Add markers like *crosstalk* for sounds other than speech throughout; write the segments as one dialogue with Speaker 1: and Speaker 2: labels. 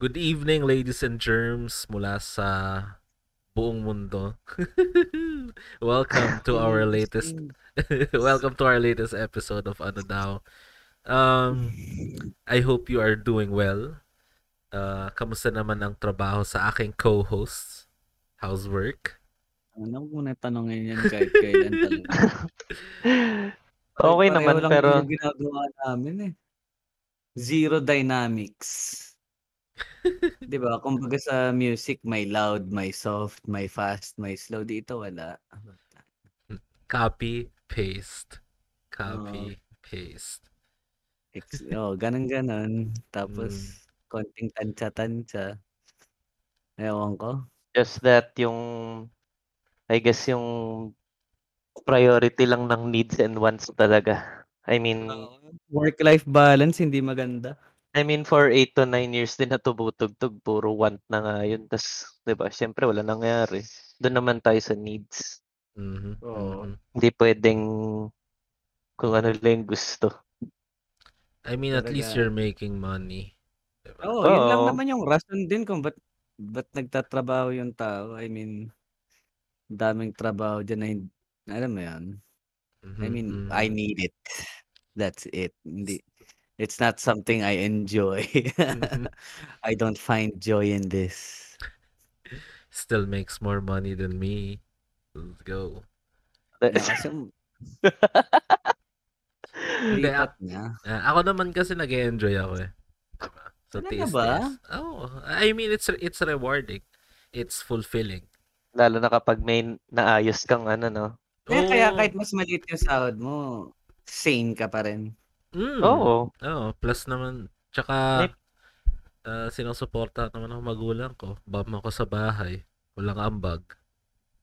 Speaker 1: Good evening, ladies and germs, mula sa buong mundo. *laughs* welcome
Speaker 2: *laughs*
Speaker 1: to our latest *laughs* welcome to our latest episode of ano daw. Um I hope you are doing well. Uh, kamusta naman ang trabaho sa aking co-host? How's work?
Speaker 2: Ano mo na tanongin yan kahit kailan talaga.
Speaker 3: *laughs* Okay
Speaker 2: Pareho
Speaker 3: naman,
Speaker 2: lang
Speaker 3: pero
Speaker 2: din yung ginagawa namin eh. Zero
Speaker 1: *laughs*
Speaker 2: dynamics. 'Di ba? Kumbaga sa music, may loud, may soft, may fast, may slow dito wala.
Speaker 1: Copy, paste. Copy,
Speaker 2: Oh.
Speaker 1: paste.
Speaker 2: Ex- Oh, ganun ganon.
Speaker 1: Mm.
Speaker 2: Tapos konting tantsa-tantsa. Ewan ko.
Speaker 3: just that yung, I guess yung priority lang ng needs and wants talaga. I mean,
Speaker 2: Work-life balance hindi maganda.
Speaker 3: I mean for 8 to 9 years din natubutugtog, puro want na nga yun. Tapos, di ba, syempre wala nangyari. Doon naman tayo sa needs.
Speaker 1: Mhm.
Speaker 2: Oo.
Speaker 1: mhm.
Speaker 3: Hindi pwedeng kung ano lang yung gusto.
Speaker 1: I mean, at least
Speaker 2: Talaga.
Speaker 1: you're making money. Diba?
Speaker 2: Oo, yun lang
Speaker 3: Oo.
Speaker 2: naman yung rason din kung ba't, ba't nagtatrabaho yung tao. I mean, daming trabaho dyan na hin- alam mo yun. I
Speaker 1: Mhm,
Speaker 2: mean,
Speaker 1: mhm. *laughs*
Speaker 2: I need it. That's it. Hindi, it's not something I enjoy. *laughs*
Speaker 1: Mm-hmm.
Speaker 2: I don't find joy in this.
Speaker 1: still makes more money than me. Let's go.
Speaker 2: Ano kasi
Speaker 1: *laughs* Hindi,
Speaker 2: lipat na.
Speaker 1: Ah, ako naman kasi nag-enjoy ako eh. Diba? So,
Speaker 2: Talaga
Speaker 1: tiis,
Speaker 2: ba?
Speaker 1: tiis. Oh, I mean, it's it's rewarding. It's fulfilling.
Speaker 3: *laughs* Lalo na kapag may naayos kang ano, no?
Speaker 2: Kaya, Eh, kaya
Speaker 1: Oo.
Speaker 2: kahit mas maliit yung sahod mo, sane ka pa rin.
Speaker 1: Mm.
Speaker 3: Oo. Oh,
Speaker 1: Oo, plus naman, tsaka
Speaker 3: May-
Speaker 1: uh, sinusuporta naman ako magulang ko. Bam ako sa bahay. Walang ambag.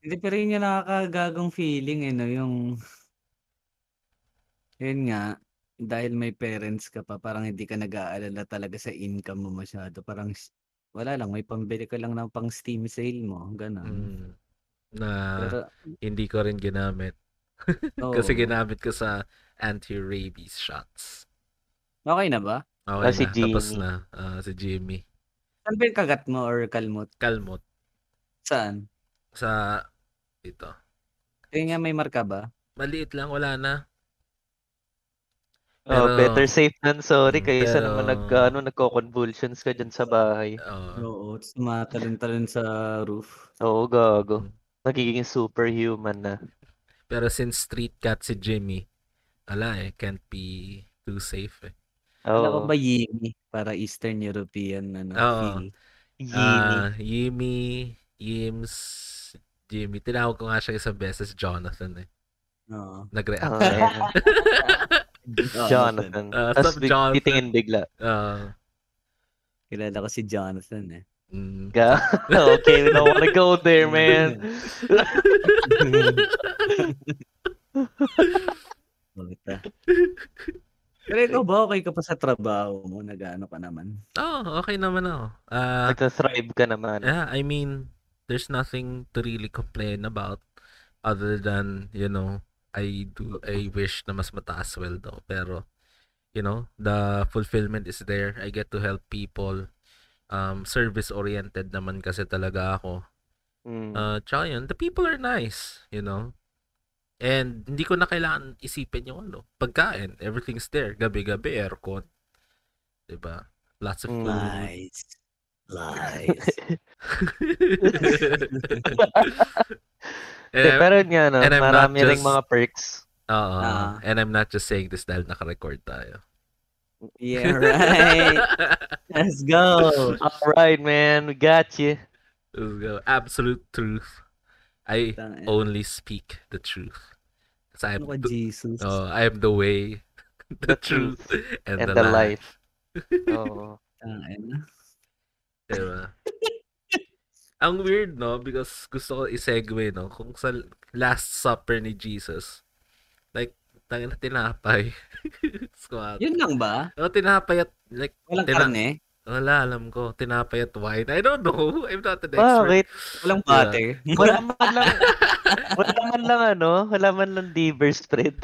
Speaker 2: Hindi pa rin yung nakakagagong feeling, eh, no? Yung, yun nga, dahil may parents ka pa, parang hindi ka nag-aalala talaga sa income mo masyado. Parang, s- wala lang, may pambili ka lang ng pang steam sale mo, gano'n.
Speaker 1: Mm. Na
Speaker 2: Ah. Pero,
Speaker 1: hindi ko rin ginamit. *laughs* Kasi
Speaker 2: oo.
Speaker 1: ginamit ko sa anti-rabies shots.
Speaker 2: Okay na ba?
Speaker 1: Okay
Speaker 3: Ah, si
Speaker 1: na, tapos
Speaker 3: Jimmy.
Speaker 1: na. Ah, si Jimmy.
Speaker 2: Saan Ano ba yung kagat mo or kalmot?
Speaker 1: Kalmot.
Speaker 2: Saan?
Speaker 1: Sa, ito.
Speaker 2: Kaya nga may marka ba?
Speaker 1: Maliit lang, wala na.
Speaker 3: Oh,
Speaker 1: Pero-
Speaker 3: better safe than
Speaker 1: Mm,
Speaker 3: sorry kaysa
Speaker 1: pero-
Speaker 3: naman nag ano nagko-convulsions ka diyan sa bahay.
Speaker 1: Oo.
Speaker 2: Oo, tumatalon-talon sa roof.
Speaker 3: Oo, gago. Nagiging superhuman na.
Speaker 1: Pero since street cat si Jimmy, ala eh, can't be too safe eh.
Speaker 2: Alam ko
Speaker 3: Oo.
Speaker 2: ba Yimi? Para Eastern European, ano,
Speaker 1: Oo.
Speaker 2: feel.
Speaker 3: Yini.
Speaker 1: Ah, Yimi, Yims, Jimmy. Tinawag ko nga siya isang beses, Jonathan eh.
Speaker 2: Oo. *laughs*
Speaker 1: Nag-react.
Speaker 3: Ang
Speaker 1: siya.
Speaker 3: ina. Ah, Jonathan.
Speaker 1: Ah,
Speaker 3: Tapos
Speaker 1: stop,
Speaker 3: big-
Speaker 1: Jonathan.
Speaker 3: titingin bigla.
Speaker 1: *laughs* Ah,
Speaker 2: Kilala ko si Jonathan eh.
Speaker 1: mm.
Speaker 3: Ga. *laughs* okay, we don't wanna go there,
Speaker 1: *laughs*
Speaker 3: man.
Speaker 2: Puta. *laughs* Pero ikaw ba okay ka pa sa trabaho mo? Nag-ano ka naman?
Speaker 1: oh, okay naman ako. Ah,
Speaker 3: Nagsa-thrive ka naman.
Speaker 1: yeah, I mean, there's nothing to really complain about other than, you know, I do I wish na mas mataas sweldo pero you know, the fulfillment is there. I get to help people. Um service oriented naman kasi talaga ako.
Speaker 3: Mm.
Speaker 1: Uh tsaka yun, the people are nice, you know. And hindi ko na kailangan isipin yung ano, pagkain. Everything's there. Gabi-gabi aircon. 'Di ba? Lots of food.
Speaker 2: Lies. Lies.
Speaker 3: Eh,
Speaker 1: *laughs* Eh,
Speaker 3: pero yun nga, no,
Speaker 1: and I'm not
Speaker 3: marami
Speaker 1: just-
Speaker 3: ring mga perks.
Speaker 1: Oo.
Speaker 2: Ah.
Speaker 1: and I'm not just saying this dahil naka-record tayo.
Speaker 2: *laughs* yeah, right. Let's go.
Speaker 3: Alright, man. We got you.
Speaker 1: *laughs* Let's go. Absolute truth. I
Speaker 2: Tang-
Speaker 1: only speak the truth. 'Cause I'm
Speaker 2: Ano ka,
Speaker 1: the,
Speaker 2: Jesus?
Speaker 1: oh, I am the way, the,
Speaker 3: The
Speaker 1: truth, and, the,
Speaker 3: And the
Speaker 1: life.
Speaker 3: life. Oo.
Speaker 1: *laughs*
Speaker 2: Tangina.
Speaker 1: Diba? *laughs* Ang weird, no? Because gusto ko i-segue, no? Kung sa Last Supper ni Jesus, like, tangin na tinapay. *laughs* Squat.
Speaker 2: Yun lang ba?
Speaker 1: Oh, tinapay at, like,
Speaker 2: Walang
Speaker 1: Tina-
Speaker 2: karne?
Speaker 1: wala, alam ko. Tinapay at wine. I don't know. *laughs* I'm not an expert.
Speaker 3: Bakit?
Speaker 1: *laughs*
Speaker 2: Walang
Speaker 1: Yeah.
Speaker 2: butter? *laughs*
Speaker 3: Wala man lang, wala man lang ano, wala man lang liver spread.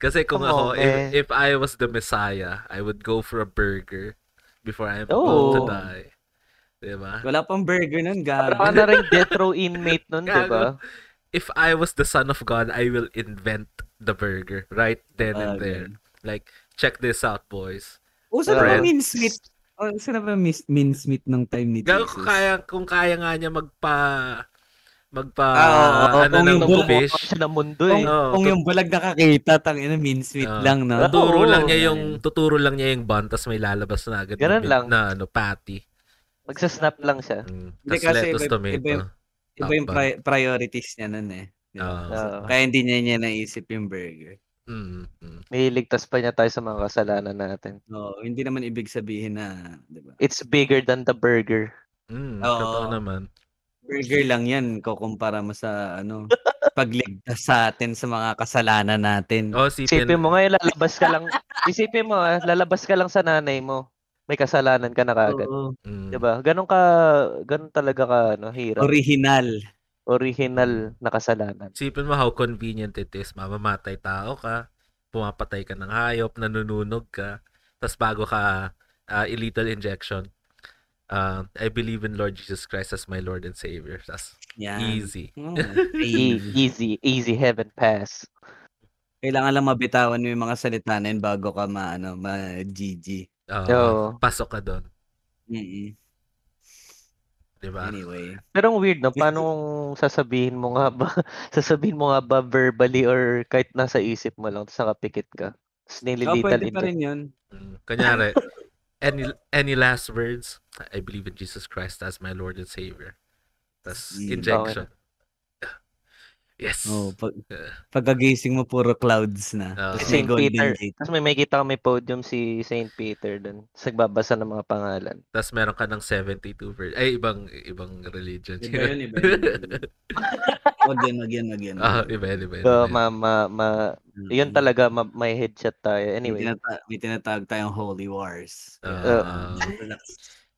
Speaker 1: Kasi kung
Speaker 3: Come
Speaker 1: ako,
Speaker 3: on, man.
Speaker 1: if, if I was the Messiah, I would go for a burger before I'm about to
Speaker 3: Oh.
Speaker 1: die. Diba?
Speaker 2: Wala pang burger nun,
Speaker 3: Para ka
Speaker 2: gago.
Speaker 3: na rin death row inmate nun, di ba?
Speaker 1: If I was the son of God, I will invent the burger right then and
Speaker 2: Gago.
Speaker 1: there. Like, check this out, boys.
Speaker 2: Uso na ba
Speaker 3: Bread.
Speaker 2: mincemeat? O, Uso na ba mis- mincemeat ng time ni
Speaker 1: Gago kung
Speaker 2: Jesus?
Speaker 1: kaya, kung kaya nga niya magpa magpa
Speaker 2: Ah, oo, oo,
Speaker 1: ano
Speaker 2: kung
Speaker 1: ng
Speaker 2: yung bulo-
Speaker 1: fish.
Speaker 3: *laughs* Siya ng mundo
Speaker 2: Kung,
Speaker 3: eh.
Speaker 1: Oo,
Speaker 2: kung
Speaker 1: tut-
Speaker 2: yung bulag nakakita, tang ina, mincemeat
Speaker 1: Ah.
Speaker 2: lang, no?
Speaker 1: Tuturo
Speaker 3: Oo.
Speaker 1: lang niya yung tuturo lang niya yung bun tapos may lalabas na agad na
Speaker 3: Ganun
Speaker 1: bit-
Speaker 3: lang.
Speaker 1: na ano patty.
Speaker 3: Magsasnap lang siya.
Speaker 1: Mm.
Speaker 2: Hindi,
Speaker 1: Tapos
Speaker 2: kasi
Speaker 1: lettuce
Speaker 2: iba-
Speaker 1: tomato.
Speaker 2: iba yung- Iba yung
Speaker 1: Tama.
Speaker 2: pri- priorities niya nun eh. Di ba?
Speaker 1: Oo.
Speaker 3: Oo.
Speaker 2: Kaya hindi niya niya naisip yung burger.
Speaker 1: Ah. Mm, mm.
Speaker 3: Niligtas pa niya tayo sa mga kasalanan natin.
Speaker 2: No, hindi naman ibig sabihin na, di ba?
Speaker 3: It's bigger than the burger.
Speaker 1: Mm,
Speaker 2: Oo.
Speaker 1: totoo naman.
Speaker 2: *laughs* Burger lang yan, kukumpara mo sa, ano, pagligtas sa atin sa mga kasalanan natin.
Speaker 1: Oh, si
Speaker 3: Isipin mo ngayon, lalabas ka lang. *laughs* Isipin mo, ah, lalabas ka lang sa nanay mo. May kasalanan ka na kagad.
Speaker 2: Oo.
Speaker 1: Mm.
Speaker 3: Diba? Ganon ka, ganon talaga ka, ano, hirap.
Speaker 2: Original.
Speaker 3: Original na kasalanan.
Speaker 1: Isipin mo how convenient it is. Mamamatay tao ka, pumapatay ka ng hayop, nanununog ka, tapos bago ka ah, illegal injection, ah, I believe in Lord Jesus Christ as my Lord and Savior. That's
Speaker 2: Yan.
Speaker 1: easy.
Speaker 2: *laughs* Oo.
Speaker 3: E-
Speaker 2: Ayun.
Speaker 3: easy, easy heaven pass.
Speaker 2: Kailangan lang mabitawan mo yung mga salita na yun bago ka ma, ano, ma-GG.
Speaker 1: Ah,
Speaker 3: Oo.
Speaker 1: Pasok ka doon.
Speaker 2: Mm-mm.
Speaker 1: Diba?
Speaker 2: Anyway.
Speaker 3: Pero ang weird, no?
Speaker 2: Kasi-
Speaker 3: Paano kung sasabihin mo nga ba, *laughs* sasabihin mo nga ba verbally or kahit nasa isip mo lang, tapos nakapikit ka. Tapos
Speaker 2: Oh,
Speaker 3: nililital
Speaker 2: pwede pa rin yun.
Speaker 1: Mm. Kunyari, any, any last words? I believe in Jesus Christ as my Lord and Savior. Tapos
Speaker 2: Mm.
Speaker 1: injection. Yes.
Speaker 2: Oh, pag,
Speaker 1: Eh.
Speaker 2: pagkagising mo puro clouds na.
Speaker 1: Ah.
Speaker 2: Tapos may
Speaker 3: Saint
Speaker 2: Golden
Speaker 3: Peter.
Speaker 1: *laughs*
Speaker 2: Gate.
Speaker 3: Tapos may makikita kami podium si Saint Peter dun. Tapos nagbabasa ng mga pangalan.
Speaker 1: Tapos meron ka ng 72 verse. Ay, ibang ibang religion.
Speaker 2: Iba yun, iba yun. *laughs* Huwag yan, huwag yan, huwag yan.
Speaker 1: *laughs* Ah, iba yun, iba yun,
Speaker 3: So,
Speaker 1: iba yun. Mm-hmm.
Speaker 3: ma, ma, ma,
Speaker 2: Mm.
Speaker 3: yun talaga, ma, may headshot tayo.
Speaker 2: May,
Speaker 3: Anyway,
Speaker 2: tinata- may tinatawag tayong Holy Wars.
Speaker 1: Ah.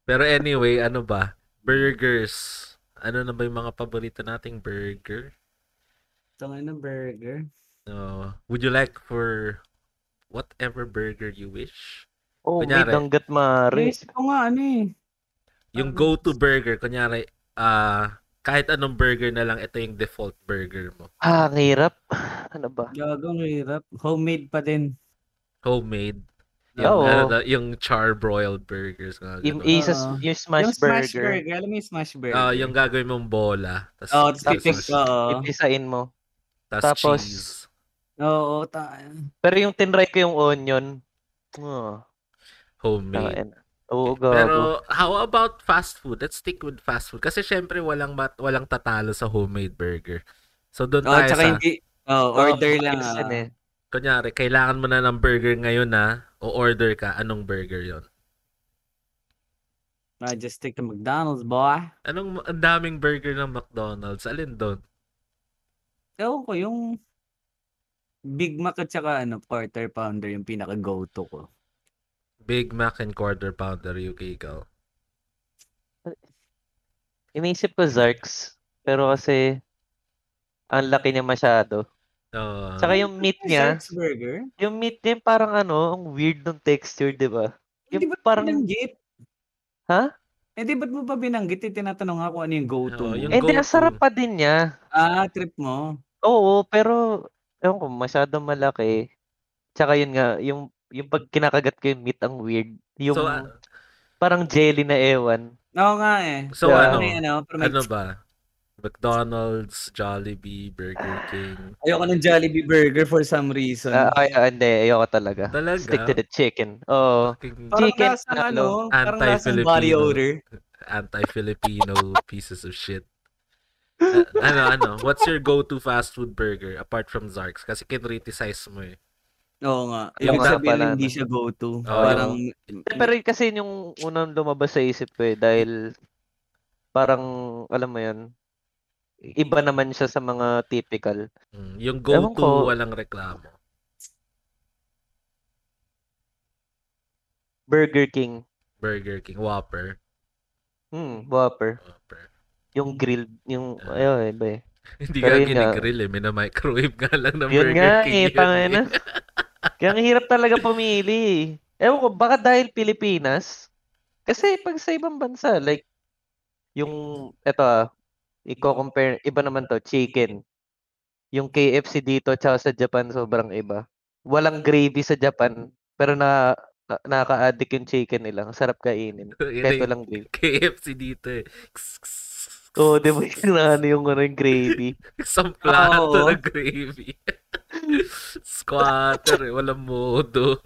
Speaker 1: Pero anyway, ano ba? Burgers. Ano na ba yung mga paborito nating burger?
Speaker 2: Ito nga ng burger.
Speaker 1: No. would you like for whatever burger you wish?
Speaker 3: oh, may
Speaker 1: Kunyari.
Speaker 3: danggat mare.
Speaker 2: Yes, ko nga ano eh.
Speaker 1: Yung
Speaker 2: Parang-
Speaker 1: go-to burger, kunyari, ah, kahit anong burger na lang, ito yung default burger mo.
Speaker 3: Ah, ang hirap. *laughs* Ano ba?
Speaker 2: Gagong hirap. Homemade pa din.
Speaker 1: Homemade. Yung,
Speaker 3: Oo.
Speaker 1: ano na, yung charbroiled burgers. Mga
Speaker 3: Yung, e-
Speaker 1: ganun.
Speaker 3: isa,
Speaker 2: Oo.
Speaker 3: yung
Speaker 2: Ah.
Speaker 3: smash,
Speaker 2: yung smash burger.
Speaker 3: burger.
Speaker 2: Alam mo yung smash burger?
Speaker 1: Ah, yung gagawin mong bola. Tapos,
Speaker 2: Oh, tapos
Speaker 1: tapos,
Speaker 2: pipis ko.
Speaker 3: Yung isain mo.
Speaker 1: tapos
Speaker 3: Tapos-
Speaker 1: cheese.
Speaker 2: Oo, ta-
Speaker 3: Pero yung tinry ko yung onion. Oh,
Speaker 1: Homemade.
Speaker 3: tangin. Oo, gago.
Speaker 1: Pero how about fast food? Let's stick with fast food kasi syempre walang mat- walang tatalo sa homemade burger. So doon
Speaker 2: Oh,
Speaker 1: tayo
Speaker 2: tsaka
Speaker 1: sa
Speaker 2: hindi. Oh, order
Speaker 3: Oo,
Speaker 2: lang.
Speaker 3: ayos
Speaker 2: ah.
Speaker 3: yun eh.
Speaker 1: kunyari kailangan mo na ng burger ngayon na o order ka anong burger 'yon?
Speaker 2: Ah, just stick to McDonald's, boy.
Speaker 1: Anong ang daming burger ng McDonald's? Alin doon?
Speaker 2: Ewan ko, yung Big Mac at saka ano, quarter pounder yung pinaka-go-to ko.
Speaker 1: Big Mac and quarter pounder yung ikaw.
Speaker 3: Iniisip ko Zarks. Pero kasi, ang laki niya masyado.
Speaker 1: Uh,
Speaker 3: Tsaka yung meat niya,
Speaker 2: Sark's Burger?
Speaker 3: yung meat niya parang ano, ang weird ng texture, di ba?
Speaker 2: Hindi
Speaker 3: Yung
Speaker 2: ba't
Speaker 3: parang-
Speaker 2: binanggit?
Speaker 3: Ha?
Speaker 2: Eh, di ba't mo pa binanggit? Eh, tinatanong ako ano yung
Speaker 1: Oo,
Speaker 2: go-to mo.
Speaker 1: yung
Speaker 3: Eh, di, ang
Speaker 1: go-to.
Speaker 3: sarap pa din niya.
Speaker 2: Ah, trip mo.
Speaker 3: Oo, pero, ewan ko, masyadong malaki. Tsaka yun nga, yung, yung pag kinakagat ko yung meat, ang weird. Yung,
Speaker 1: So, ah-
Speaker 3: parang jelly na ewan.
Speaker 2: Oo nga eh.
Speaker 1: so
Speaker 3: Yeah.
Speaker 1: ano?
Speaker 2: Ano yan, ano? Pero may-
Speaker 1: Ano ba? McDonald's, Jollibee, Burger King.
Speaker 2: Ayoko ng Jollibee Burger for some reason.
Speaker 3: Ah, ay, ah, hindi, ayoko talaga.
Speaker 1: Mm. Talaga?
Speaker 3: Stick to the chicken. Oo.
Speaker 1: Fucking
Speaker 2: parang
Speaker 3: chicken,
Speaker 2: lasang
Speaker 3: ano,
Speaker 2: ano, parang lasang body
Speaker 1: anti-Filipino.
Speaker 2: odor.
Speaker 1: anti-Filipino pieces of shit. Uh, ano, ano, what's your go-to fast food burger apart from Zarks? Kasi kinriticize mo eh.
Speaker 2: Oo nga. Ibig
Speaker 3: Yung nga
Speaker 2: sabihin
Speaker 3: pala,
Speaker 2: hindi
Speaker 3: no?
Speaker 2: siya go-to.
Speaker 1: Oo.
Speaker 2: parang,
Speaker 1: Mm.
Speaker 3: Pero yun kasi yun yung unang lumabas sa isip ko eh, dahil parang, alam mo yun, iba naman siya sa mga typical.
Speaker 1: Mm, Yung
Speaker 3: Ewan
Speaker 1: go-to,
Speaker 3: ko.
Speaker 1: walang reklamo.
Speaker 3: Burger King.
Speaker 1: Burger King, Whopper.
Speaker 3: Hmm, Whopper.
Speaker 1: Whopper. *laughs*
Speaker 3: Yung grilled, yung,
Speaker 1: Ah.
Speaker 3: ayun, iba eh.
Speaker 1: Hindi
Speaker 3: Pero
Speaker 1: ka
Speaker 3: yun nga.
Speaker 1: kinigrill eh, minamicrowave nga lang ng
Speaker 3: Yun
Speaker 1: Burger
Speaker 3: nga
Speaker 1: King.
Speaker 3: eh,
Speaker 1: yun *laughs*
Speaker 3: pangina.
Speaker 1: eh.
Speaker 3: Kaya ang hirap talaga pumili. eh. Ewan ko, baka dahil Pilipinas? Kasi pag sa ibang bansa, like, Yung, eto ah, i-compare, iba naman to, chicken. Yung KFC dito, tsaka sa Japan, sobrang iba. Walang gravy sa Japan, pero na, na nakaka-addict yung chicken nila. Ang Sarap kainin. Kahit
Speaker 1: Ito yung
Speaker 3: walang gravy.
Speaker 1: KFC dito eh.
Speaker 3: Oo, di ba *laughs*
Speaker 1: *laughs*
Speaker 3: yung ano yung, ano, yung gravy?
Speaker 1: Isang plato
Speaker 2: Oo.
Speaker 1: na gravy. *laughs* Squatter eh. Walang modo.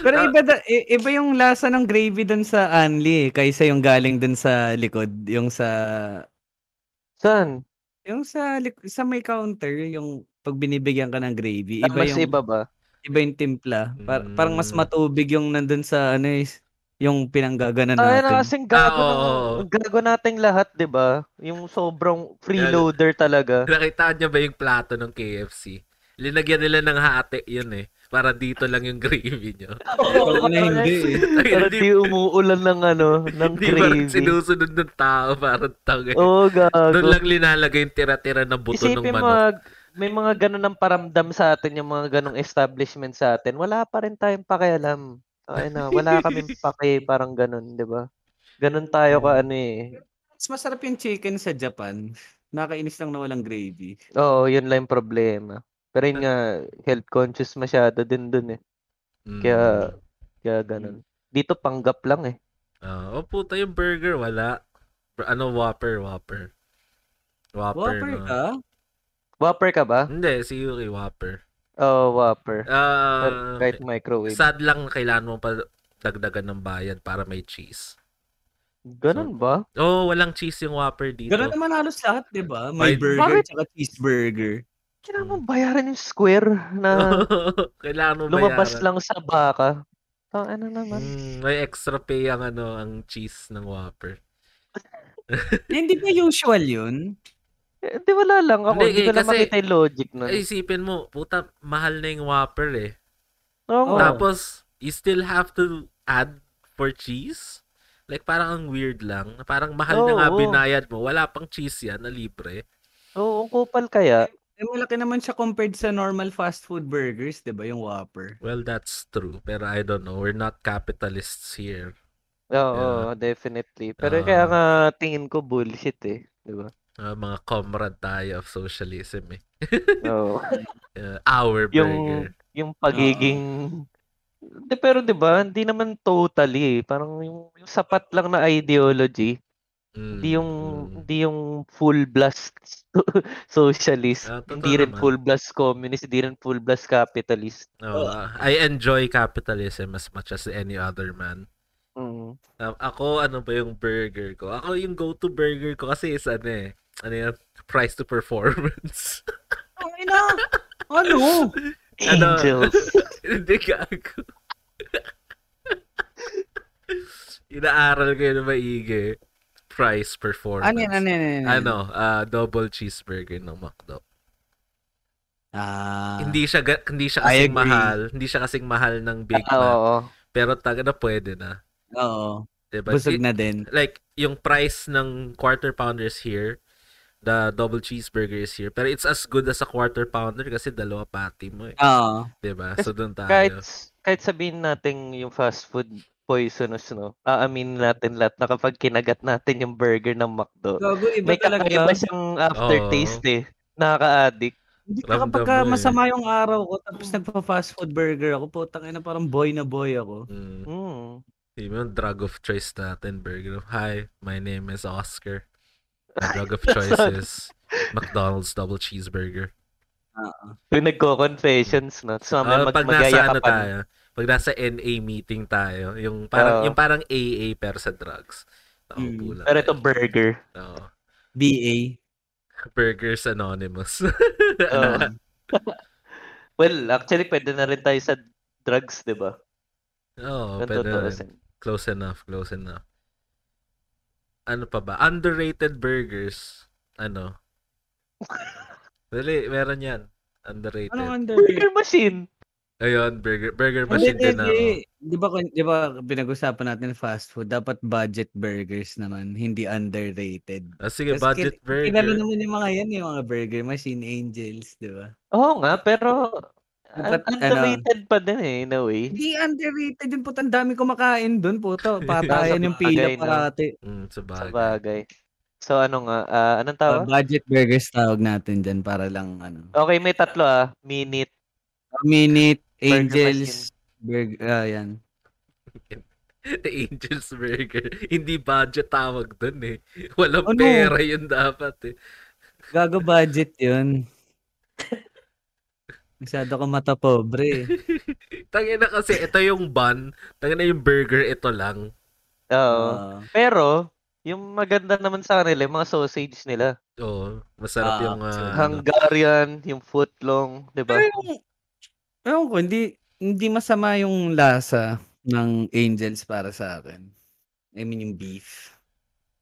Speaker 2: Pero
Speaker 3: Ah.
Speaker 2: iba, da- i- iba yung lasa ng gravy dun sa Anli eh, kaysa yung galing dun sa likod, yung sa
Speaker 3: Saan?
Speaker 2: yung sa lik- sa may counter, yung pag binibigyan ka ng gravy,
Speaker 3: Ah,
Speaker 2: iba
Speaker 3: mas
Speaker 2: yung
Speaker 3: iba ba?
Speaker 2: iba yung timpla. Par- parang mas
Speaker 1: Mm.
Speaker 2: matubig yung nandun sa ano eh, yung pinanggaganan natin.
Speaker 3: Ah, yun na kasing
Speaker 1: Ah,
Speaker 3: gago, ng-
Speaker 1: oo, oo.
Speaker 3: gago nating lahat, di ba? Yung sobrang freeloader talaga.
Speaker 1: *laughs* Nakita niyo ba yung plato ng KFC? Linagyan nila ng hati yun eh. Para dito lang yung gravy
Speaker 3: *laughs*
Speaker 1: niyo.
Speaker 2: Wala na hindi eh.
Speaker 3: Para
Speaker 1: Ay,
Speaker 3: di umuulan ng ano, ng
Speaker 1: Hindi parang
Speaker 3: gravy.
Speaker 1: sinusunod ng tao parang tanga.
Speaker 3: Oo,
Speaker 1: Doon
Speaker 3: gago.
Speaker 1: lang linalagay yung tira-tira na buto ng
Speaker 3: Isipin
Speaker 1: manok.
Speaker 3: mo, ah, may mga ganun ang paramdam sa atin, yung mga ganong establishment sa atin. Wala pa rin tayong pakialam. Ay na, wala
Speaker 1: *laughs*
Speaker 3: kaming paki, parang ganun, di ba? Ganun tayo ka ano eh.
Speaker 2: Mas masarap yung chicken sa Japan. Nakainis lang na walang gravy.
Speaker 3: Oo, yun lang yung problema. Pero yun nga, health conscious masyado din dun eh.
Speaker 1: Mm.
Speaker 3: Kaya, kaya ganun. Dito panggap lang eh.
Speaker 1: Ah, oh, puta yung burger, wala. Bur- Ano, Whopper, Whopper. Whopper,
Speaker 2: Whopper
Speaker 1: no?
Speaker 2: ka?
Speaker 3: Whopper ka ba?
Speaker 1: Hindi, si Yuki, Whopper.
Speaker 3: Oo, Whopper.
Speaker 1: Ah,
Speaker 3: Kahit microwave.
Speaker 1: sad lang kailangan mo pa dagdagan ng bayad para may cheese.
Speaker 3: Ganun ba?
Speaker 1: Oh, walang cheese yung Whopper dito.
Speaker 2: Ganun
Speaker 1: *laughs*
Speaker 2: naman halos lahat, di ba? May
Speaker 1: Ay,
Speaker 2: burger
Speaker 3: bakit?
Speaker 2: tsaka cheeseburger.
Speaker 3: Kailangan
Speaker 1: Mm.
Speaker 3: mo bayaran yung square
Speaker 1: *laughs*
Speaker 3: na
Speaker 1: kailangan mo
Speaker 3: Ah. lumabas
Speaker 1: bayaran.
Speaker 3: lang sa baka. Tang ano naman.
Speaker 1: Mm, may extra pay ang ano, ang cheese ng Whopper.
Speaker 2: Hindi ba usual yun?
Speaker 3: Eh, di wala lang ako.
Speaker 1: Hindi,
Speaker 3: Hindi, ko
Speaker 1: eh,
Speaker 3: na
Speaker 1: kasi-
Speaker 3: makita yung logic nun.
Speaker 1: Eh, isipin mo, puta, mahal na yung Whopper eh.
Speaker 3: Oo nga.
Speaker 1: Tapos, you still have to add for cheese? Like, parang ang weird lang. na Parang mahal na nga
Speaker 3: Oo.
Speaker 1: binayad mo. Wala pang cheese yan, na libre.
Speaker 3: Oo, ang kupal kaya.
Speaker 2: Eh, malaki naman siya compared sa normal fast food burgers, di ba? Yung Whopper.
Speaker 1: Well, that's true. Pero I don't know. We're not capitalists here.
Speaker 3: Oo, oo, definitely. Pero
Speaker 1: Ah.
Speaker 3: kaya nga tingin ko bullshit eh. Di ba?
Speaker 1: Ah, mga comrade tayo of socialism eh. *laughs*
Speaker 3: Oo.
Speaker 1: Ah, our burger.
Speaker 3: Yung- yung pagiging... Di, pero di ba, hindi naman totally eh. Parang yung, yung sapat lang na ideology.
Speaker 1: Mm,
Speaker 3: Hindi yung
Speaker 1: mm.
Speaker 3: hindi yung full blast *laughs* socialist,
Speaker 1: Ah, totoo
Speaker 3: hindi rin
Speaker 1: naman.
Speaker 3: full blast communist, hindi rin full blast capitalist.
Speaker 1: Oo, ah, I enjoy capitalism as much as any other man.
Speaker 3: Mm.
Speaker 1: Ah, ako, ano ba yung burger ko? Ako, yung go-to burger ko kasi is ano eh. Ano yan? Price to performance.
Speaker 2: Ang ina! *laughs* Ano?
Speaker 1: Ano?
Speaker 3: *clears throat* Angels.
Speaker 1: *laughs*
Speaker 3: Ah,
Speaker 1: Hindi gago. *laughs* Inaaral ko yun na maigi. Price performance.
Speaker 2: ano yan, ano yan, ano yan?
Speaker 1: Ano, ah, double cheeseburger ng McDo.
Speaker 2: Ah,
Speaker 1: hindi siya ga- hindi siya
Speaker 2: I
Speaker 1: kasing
Speaker 2: agree.
Speaker 1: mahal, hindi siya kasing mahal ng Big
Speaker 3: Ah,
Speaker 1: Mac,
Speaker 3: oo.
Speaker 1: pero taga na pwede na.
Speaker 2: Oo.
Speaker 1: 'Di ba?
Speaker 2: Busog
Speaker 1: I-
Speaker 2: na din.
Speaker 1: Like yung price ng quarter pounders here, the double cheeseburger is here, pero it's as good as a quarter pounder kasi dalawa patty mo eh,
Speaker 2: Oo.
Speaker 1: 'di ba?
Speaker 3: Kasi
Speaker 1: So
Speaker 2: *laughs*
Speaker 1: doon tayo.
Speaker 3: Kahit kahit sabihin natin yung fast food poisonous no. Aamin natin lahat na kapag kinagat natin yung burger ng McDo,
Speaker 2: Gago, iba
Speaker 3: may
Speaker 2: talaga.
Speaker 3: kakaiba siyang aftertaste eh. Nakaka-addict.
Speaker 2: Hindi
Speaker 1: Ramdam
Speaker 2: ka kapag ka
Speaker 1: mo eh.
Speaker 2: masama yung araw ko, tapos nagpa-fast food burger ako, putang ina, parang boy na boy ako.
Speaker 1: Mm,
Speaker 3: Mm.
Speaker 1: yun yung drug of choice natin, burger. Hi, my name is Oscar. My drug
Speaker 2: *laughs*
Speaker 1: of choice is McDonald's double cheeseburger.
Speaker 3: Yung nagko-confessions no. So,
Speaker 1: Ah,
Speaker 3: mamaya mag
Speaker 1: pag nasa ano
Speaker 3: magyayakapan.
Speaker 1: tayo, pag nasa NA meeting tayo, yung parang
Speaker 3: Oo. Hmm.
Speaker 1: yung parang AA pero sa drugs. Nakaupo
Speaker 2: Mm.
Speaker 1: lang
Speaker 3: Pero ito
Speaker 1: tayo.
Speaker 3: burger.
Speaker 1: Oo.
Speaker 2: BA.
Speaker 1: Burgers Anonymous. *laughs*
Speaker 3: Oo. *laughs* Well, actually, pwede na rin tayo sa drugs, di ba?
Speaker 1: Oo, Oh,
Speaker 3: Kung
Speaker 1: pwede na rin.
Speaker 3: tutuusin.
Speaker 1: Close enough, close enough. Ano pa ba? Underrated burgers.
Speaker 3: *laughs*
Speaker 1: Ano? Dali, meron yan. Underrated.
Speaker 2: Anong underrated?
Speaker 3: Burger machine.
Speaker 1: Ayun, burger, burger
Speaker 2: Hindi,
Speaker 1: machine
Speaker 2: hindi,
Speaker 1: din oh. ako.
Speaker 2: hindi. Di ba, kun- di ba pinag-usapan natin fast food, dapat budget burgers naman, hindi underrated.
Speaker 1: Ah, sige,
Speaker 2: Kasi
Speaker 1: budget
Speaker 2: kin- Kilala
Speaker 1: burger.
Speaker 2: naman yung mga yan, yung mga burgers, machine angels, di ba?
Speaker 3: Oo nga, pero Un-
Speaker 2: Dapat, ano-
Speaker 3: Underrated pa din eh, in a way.
Speaker 2: Hindi underrated yun, puta. Ang dami kumakain doon,
Speaker 1: *laughs*
Speaker 2: puto. Papakain yung pila
Speaker 3: Bagay, no?
Speaker 2: parati.
Speaker 1: Mm, sa
Speaker 3: Sa
Speaker 1: bagay. Ano?
Speaker 3: bagay. So ano nga, ah, anong tawag?
Speaker 2: Uh, budget burgers tawag natin dyan para lang, ano.
Speaker 3: Okay, may tatlo ah. Minute.
Speaker 2: Minute,
Speaker 3: Burger
Speaker 2: Angels, burger, ah, yan.
Speaker 1: *laughs* The Angel's Burger. Hindi budget tawag dun eh. Walang
Speaker 2: Ano?
Speaker 1: pera yun dapat eh. *laughs*
Speaker 2: Gago budget yun.
Speaker 3: *laughs*
Speaker 2: Masyado ko mata pobre. eh.
Speaker 1: Tangina kasi ito yung bun, tangina yung burger ito lang. Ah.
Speaker 3: Oo.
Speaker 2: Oo.
Speaker 3: Pero, yung maganda naman sa kanila, yung mga sausage nila.
Speaker 1: Oo, Oh, masarap
Speaker 2: Ah,
Speaker 1: yung ah, ano.
Speaker 3: Hungarian, yung footlong, di ba?
Speaker 2: Pero yung- ewan ko, hindi, hindi masama yung lasa ng Angels para sa akin. I mean, yung beef.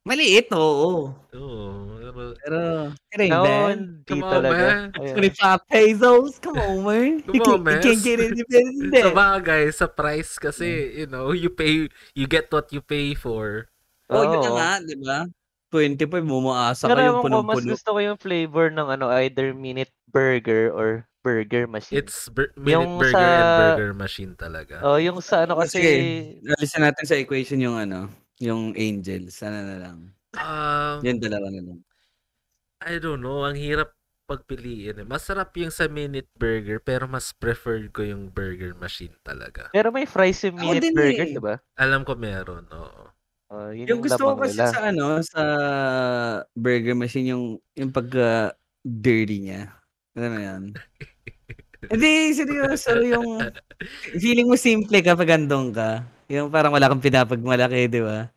Speaker 2: Maliit, oo.
Speaker 1: Oo, pero
Speaker 2: Pero, it ain't
Speaker 3: No,
Speaker 2: bad.
Speaker 1: ano, oh,
Speaker 3: hindi
Speaker 1: Come on, man.
Speaker 3: talaga. Ayan.
Speaker 2: 25 pesos, come on, man.
Speaker 1: Come
Speaker 2: You
Speaker 1: on,
Speaker 2: can't-
Speaker 1: man.
Speaker 2: You can't get
Speaker 1: *laughs*
Speaker 2: any better than
Speaker 1: sa
Speaker 2: that.
Speaker 1: bagay, sa price
Speaker 3: Mm.
Speaker 1: kasi, you know, you pay, you get what you pay for.
Speaker 2: Oh, yun na
Speaker 3: Oo.
Speaker 2: nga, di ba? 25, mumaasa
Speaker 3: Pero
Speaker 2: ka yung
Speaker 3: ewan ko, mas
Speaker 2: punong-puno.
Speaker 3: gusto ko yung flavor ng ano, either minute burger or burger machine.
Speaker 1: It's bur- minute
Speaker 3: Yung
Speaker 1: burger and
Speaker 3: sa-
Speaker 1: burger machine talaga.
Speaker 3: Oh, yung sa ano kasi,
Speaker 2: Sige. Alisin natin sa equation yung ano, yung Angels. Ano na lang.
Speaker 1: Um,
Speaker 2: Yung dalawa na lang.
Speaker 1: I don't know, ang hirap pagpiliin. eh. Masarap yung sa minute burger, pero mas preferred ko yung burger machine talaga.
Speaker 3: pero may fries yung
Speaker 2: Ako
Speaker 3: minute
Speaker 2: din
Speaker 3: burger,
Speaker 2: eh.
Speaker 3: di ba?
Speaker 1: Alam ko meron, oo.
Speaker 3: Oh, yun
Speaker 2: Yung gusto ko
Speaker 3: lamang
Speaker 2: kasi
Speaker 3: nila.
Speaker 2: sa ano, sa burger machine, yung, yung pagka dirty niya. Alam mo yan? Hindi, seryoso. Yung feeling mo simple kapag andong ka. Yung parang wala kang pinapagmalaki, di ba?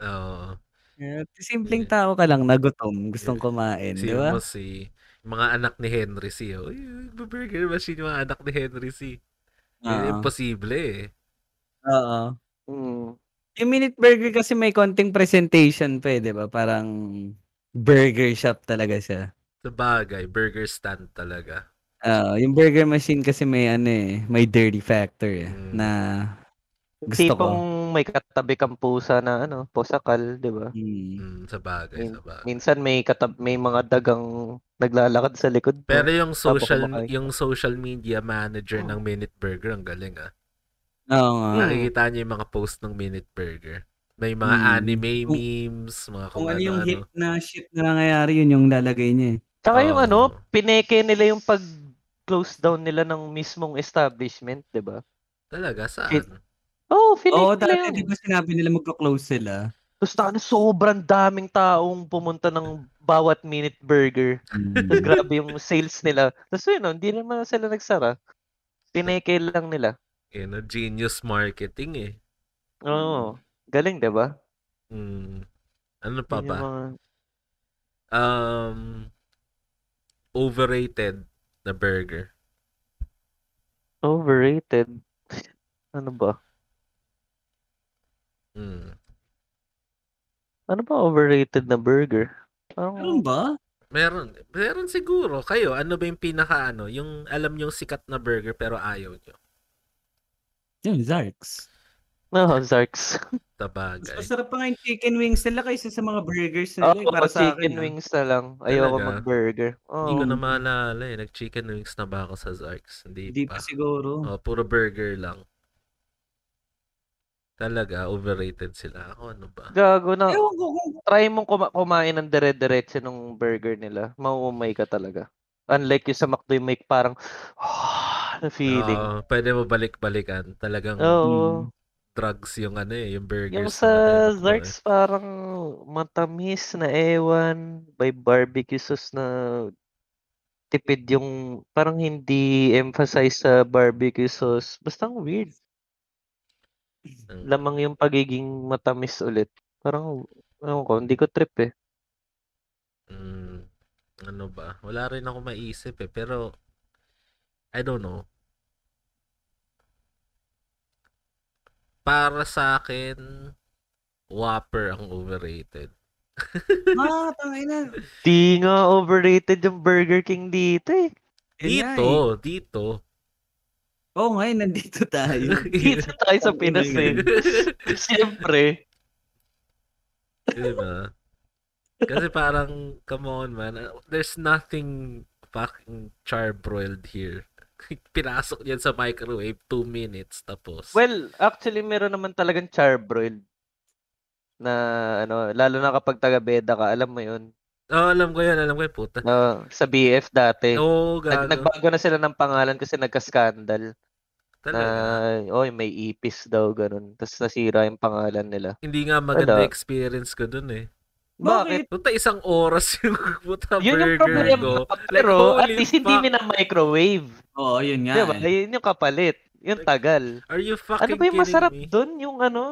Speaker 1: Oo.
Speaker 2: Eh, Simpleng tao ka lang, nagutom, gustong kumain,
Speaker 1: Si
Speaker 2: di ba?
Speaker 1: mo si mga anak ni Henry C. Oh. Uy, burger machine yung mga anak ni Henry C. Eh,
Speaker 2: Oo.
Speaker 1: Imposible eh.
Speaker 2: Oo. Hmm.
Speaker 3: Mm.
Speaker 2: Yung minute burger kasi may konting presentation pa eh, di ba? Parang burger shop talaga siya.
Speaker 1: Sa bagay, burger stand talaga.
Speaker 2: ah yung burger machine kasi may ano eh, may dirty factor eh,
Speaker 1: Mm.
Speaker 2: na gusto ko.
Speaker 3: Hmm. Tipong may katabi kang pusa na ano, pusakal, di ba?
Speaker 2: Mm.
Speaker 1: Mm, sa bagay, sa bagay.
Speaker 3: Minsan may katab may mga dagang naglalakad sa likod. mo.
Speaker 1: Pero yung social
Speaker 3: kumakain.
Speaker 1: yung social media manager ng Minute Burger ang galing ah.
Speaker 2: Oo nga.
Speaker 3: Mm.
Speaker 1: Nakikita niyo yung mga post ng Minute Burger. May mga
Speaker 2: Mm.
Speaker 1: anime
Speaker 2: Kung-
Speaker 1: memes, mga
Speaker 2: Kung
Speaker 1: kung
Speaker 2: ano yung hit
Speaker 1: ano-ano.
Speaker 2: na shit na nangyayari, yun yung lalagay niya eh.
Speaker 3: Tsaka yung
Speaker 1: Oo.
Speaker 3: ano, pineke nila yung pag close down nila ng mismong establishment, di ba?
Speaker 1: Talaga, ano? saan?
Speaker 2: Oo,
Speaker 3: Oh, pineke nila
Speaker 2: dati di
Speaker 3: yun.
Speaker 2: ba sinabi nila magka-close sila?
Speaker 3: Tapos na sobrang daming taong pumunta ng bawat minute burger.
Speaker 2: *laughs*
Speaker 1: *laughs*
Speaker 3: Tapos
Speaker 2: Mm.
Speaker 3: grabe yung sales nila. Tapos yun, no, hindi naman sila nagsara. Pineke lang nila.
Speaker 1: You know, genius marketing eh.
Speaker 3: Oo. Galing, di ba?
Speaker 1: Mm. Ano pa
Speaker 3: Yun
Speaker 1: ba?
Speaker 3: yung mga-
Speaker 1: Um, overrated na burger.
Speaker 3: Overrated. Ano ba?
Speaker 1: Mm.
Speaker 3: Ano ba overrated na burger?
Speaker 2: Meron
Speaker 3: Parang
Speaker 2: ba?
Speaker 1: Meron, meron siguro. Kayo, ano ba yung pinaka ano? Yung alam yung sikat na burger pero ayaw nyo.
Speaker 2: Yun, Zarks.
Speaker 3: no, Zarks.
Speaker 2: Mas
Speaker 1: Tabagay.
Speaker 2: masarap pa nga yung chicken wings nila kaysa sa mga burgers
Speaker 3: Oo,
Speaker 2: nila eh, para sa akin.
Speaker 3: Oh, chicken
Speaker 2: ah.
Speaker 3: wings na lang. Ayoko
Speaker 1: Talaga?
Speaker 3: mag-burger. Oh,
Speaker 1: Hindi ko
Speaker 3: Oo.
Speaker 1: na maalala eh. Nag-chicken wings na ba ako sa Zarks? Hindi,
Speaker 2: Hindi
Speaker 1: pa.
Speaker 2: pa siguro.
Speaker 1: Oh, puro burger lang. Talaga, overrated sila. Ako ano ba?
Speaker 3: Gago na.
Speaker 2: Ewan ko kung
Speaker 3: Try mong kuma- kumain ng dire-diretso ng burger nila. Mauumay ka talaga. Unlike yung sa McDo yung may parang *sighs* na feeling.
Speaker 1: Oo, Ah, pwede mo balik-balikan. Talagang
Speaker 3: Oo.
Speaker 2: Mm.
Speaker 1: drugs yung ano eh, yung burgers.
Speaker 3: Yung
Speaker 1: na
Speaker 3: sa
Speaker 1: nakikita ko eh.
Speaker 3: Zarks parang matamis na ewan, may barbecue sauce na tipid yung parang hindi emphasize sa barbecue sauce. Basta ang weird.
Speaker 1: Ang-
Speaker 3: Lamang yung pagiging matamis ulit. Parang, ano ko, hindi ko trip eh.
Speaker 1: Mm, ano ba? Wala rin ako maisip eh, pero I don't know. Para sa akin, Whopper ang overrated.
Speaker 2: Ah, tangay na.
Speaker 3: Di nga overrated yung Burger King dito eh.
Speaker 1: Dito, dito.
Speaker 2: eh. Oo nga, eh, nandito
Speaker 3: *laughs*
Speaker 2: tayo.
Speaker 3: Dito tayo sa Pinas
Speaker 1: *laughs*
Speaker 3: eh. *laughs* Siyempre.
Speaker 1: diba? Kasi Uh, parang, come on man, there's nothing fucking charbroiled here. *laughs* Pinasok niyan sa microwave, two minutes, tapos.
Speaker 3: Well, actually, meron naman talagang charbroiled na ano, lalo na kapag taga-beda ka, alam mo yun.
Speaker 1: oh, alam ko yan, alam ko yan, puta.
Speaker 3: Ah, sa BF dati.
Speaker 1: Oo, oh,
Speaker 3: Nag-
Speaker 1: gago.
Speaker 3: nagbago na sila ng pangalan kasi nagka-scandal. Na,
Speaker 1: Talaga.
Speaker 3: oy, may ipis daw, ganun. Tapos nasira yung pangalan nila.
Speaker 1: Hindi nga maganda
Speaker 3: wala.
Speaker 1: experience ko dun eh.
Speaker 3: Bakit?
Speaker 1: Puta, isang oras *laughs* yung puta
Speaker 3: Yun yung
Speaker 1: burger
Speaker 3: problema.
Speaker 1: ko. Like,
Speaker 3: Pero at
Speaker 1: holy
Speaker 3: least hindi
Speaker 1: fuck.
Speaker 3: mina-microwave.
Speaker 2: Oo, yun nga.
Speaker 3: Diba?
Speaker 2: eh.
Speaker 3: Yun yung kapalit. Yung tagal.
Speaker 1: Are you fucking
Speaker 3: Ano ba
Speaker 1: kidding
Speaker 3: yung masarap
Speaker 1: me?
Speaker 3: dun? Yung ano?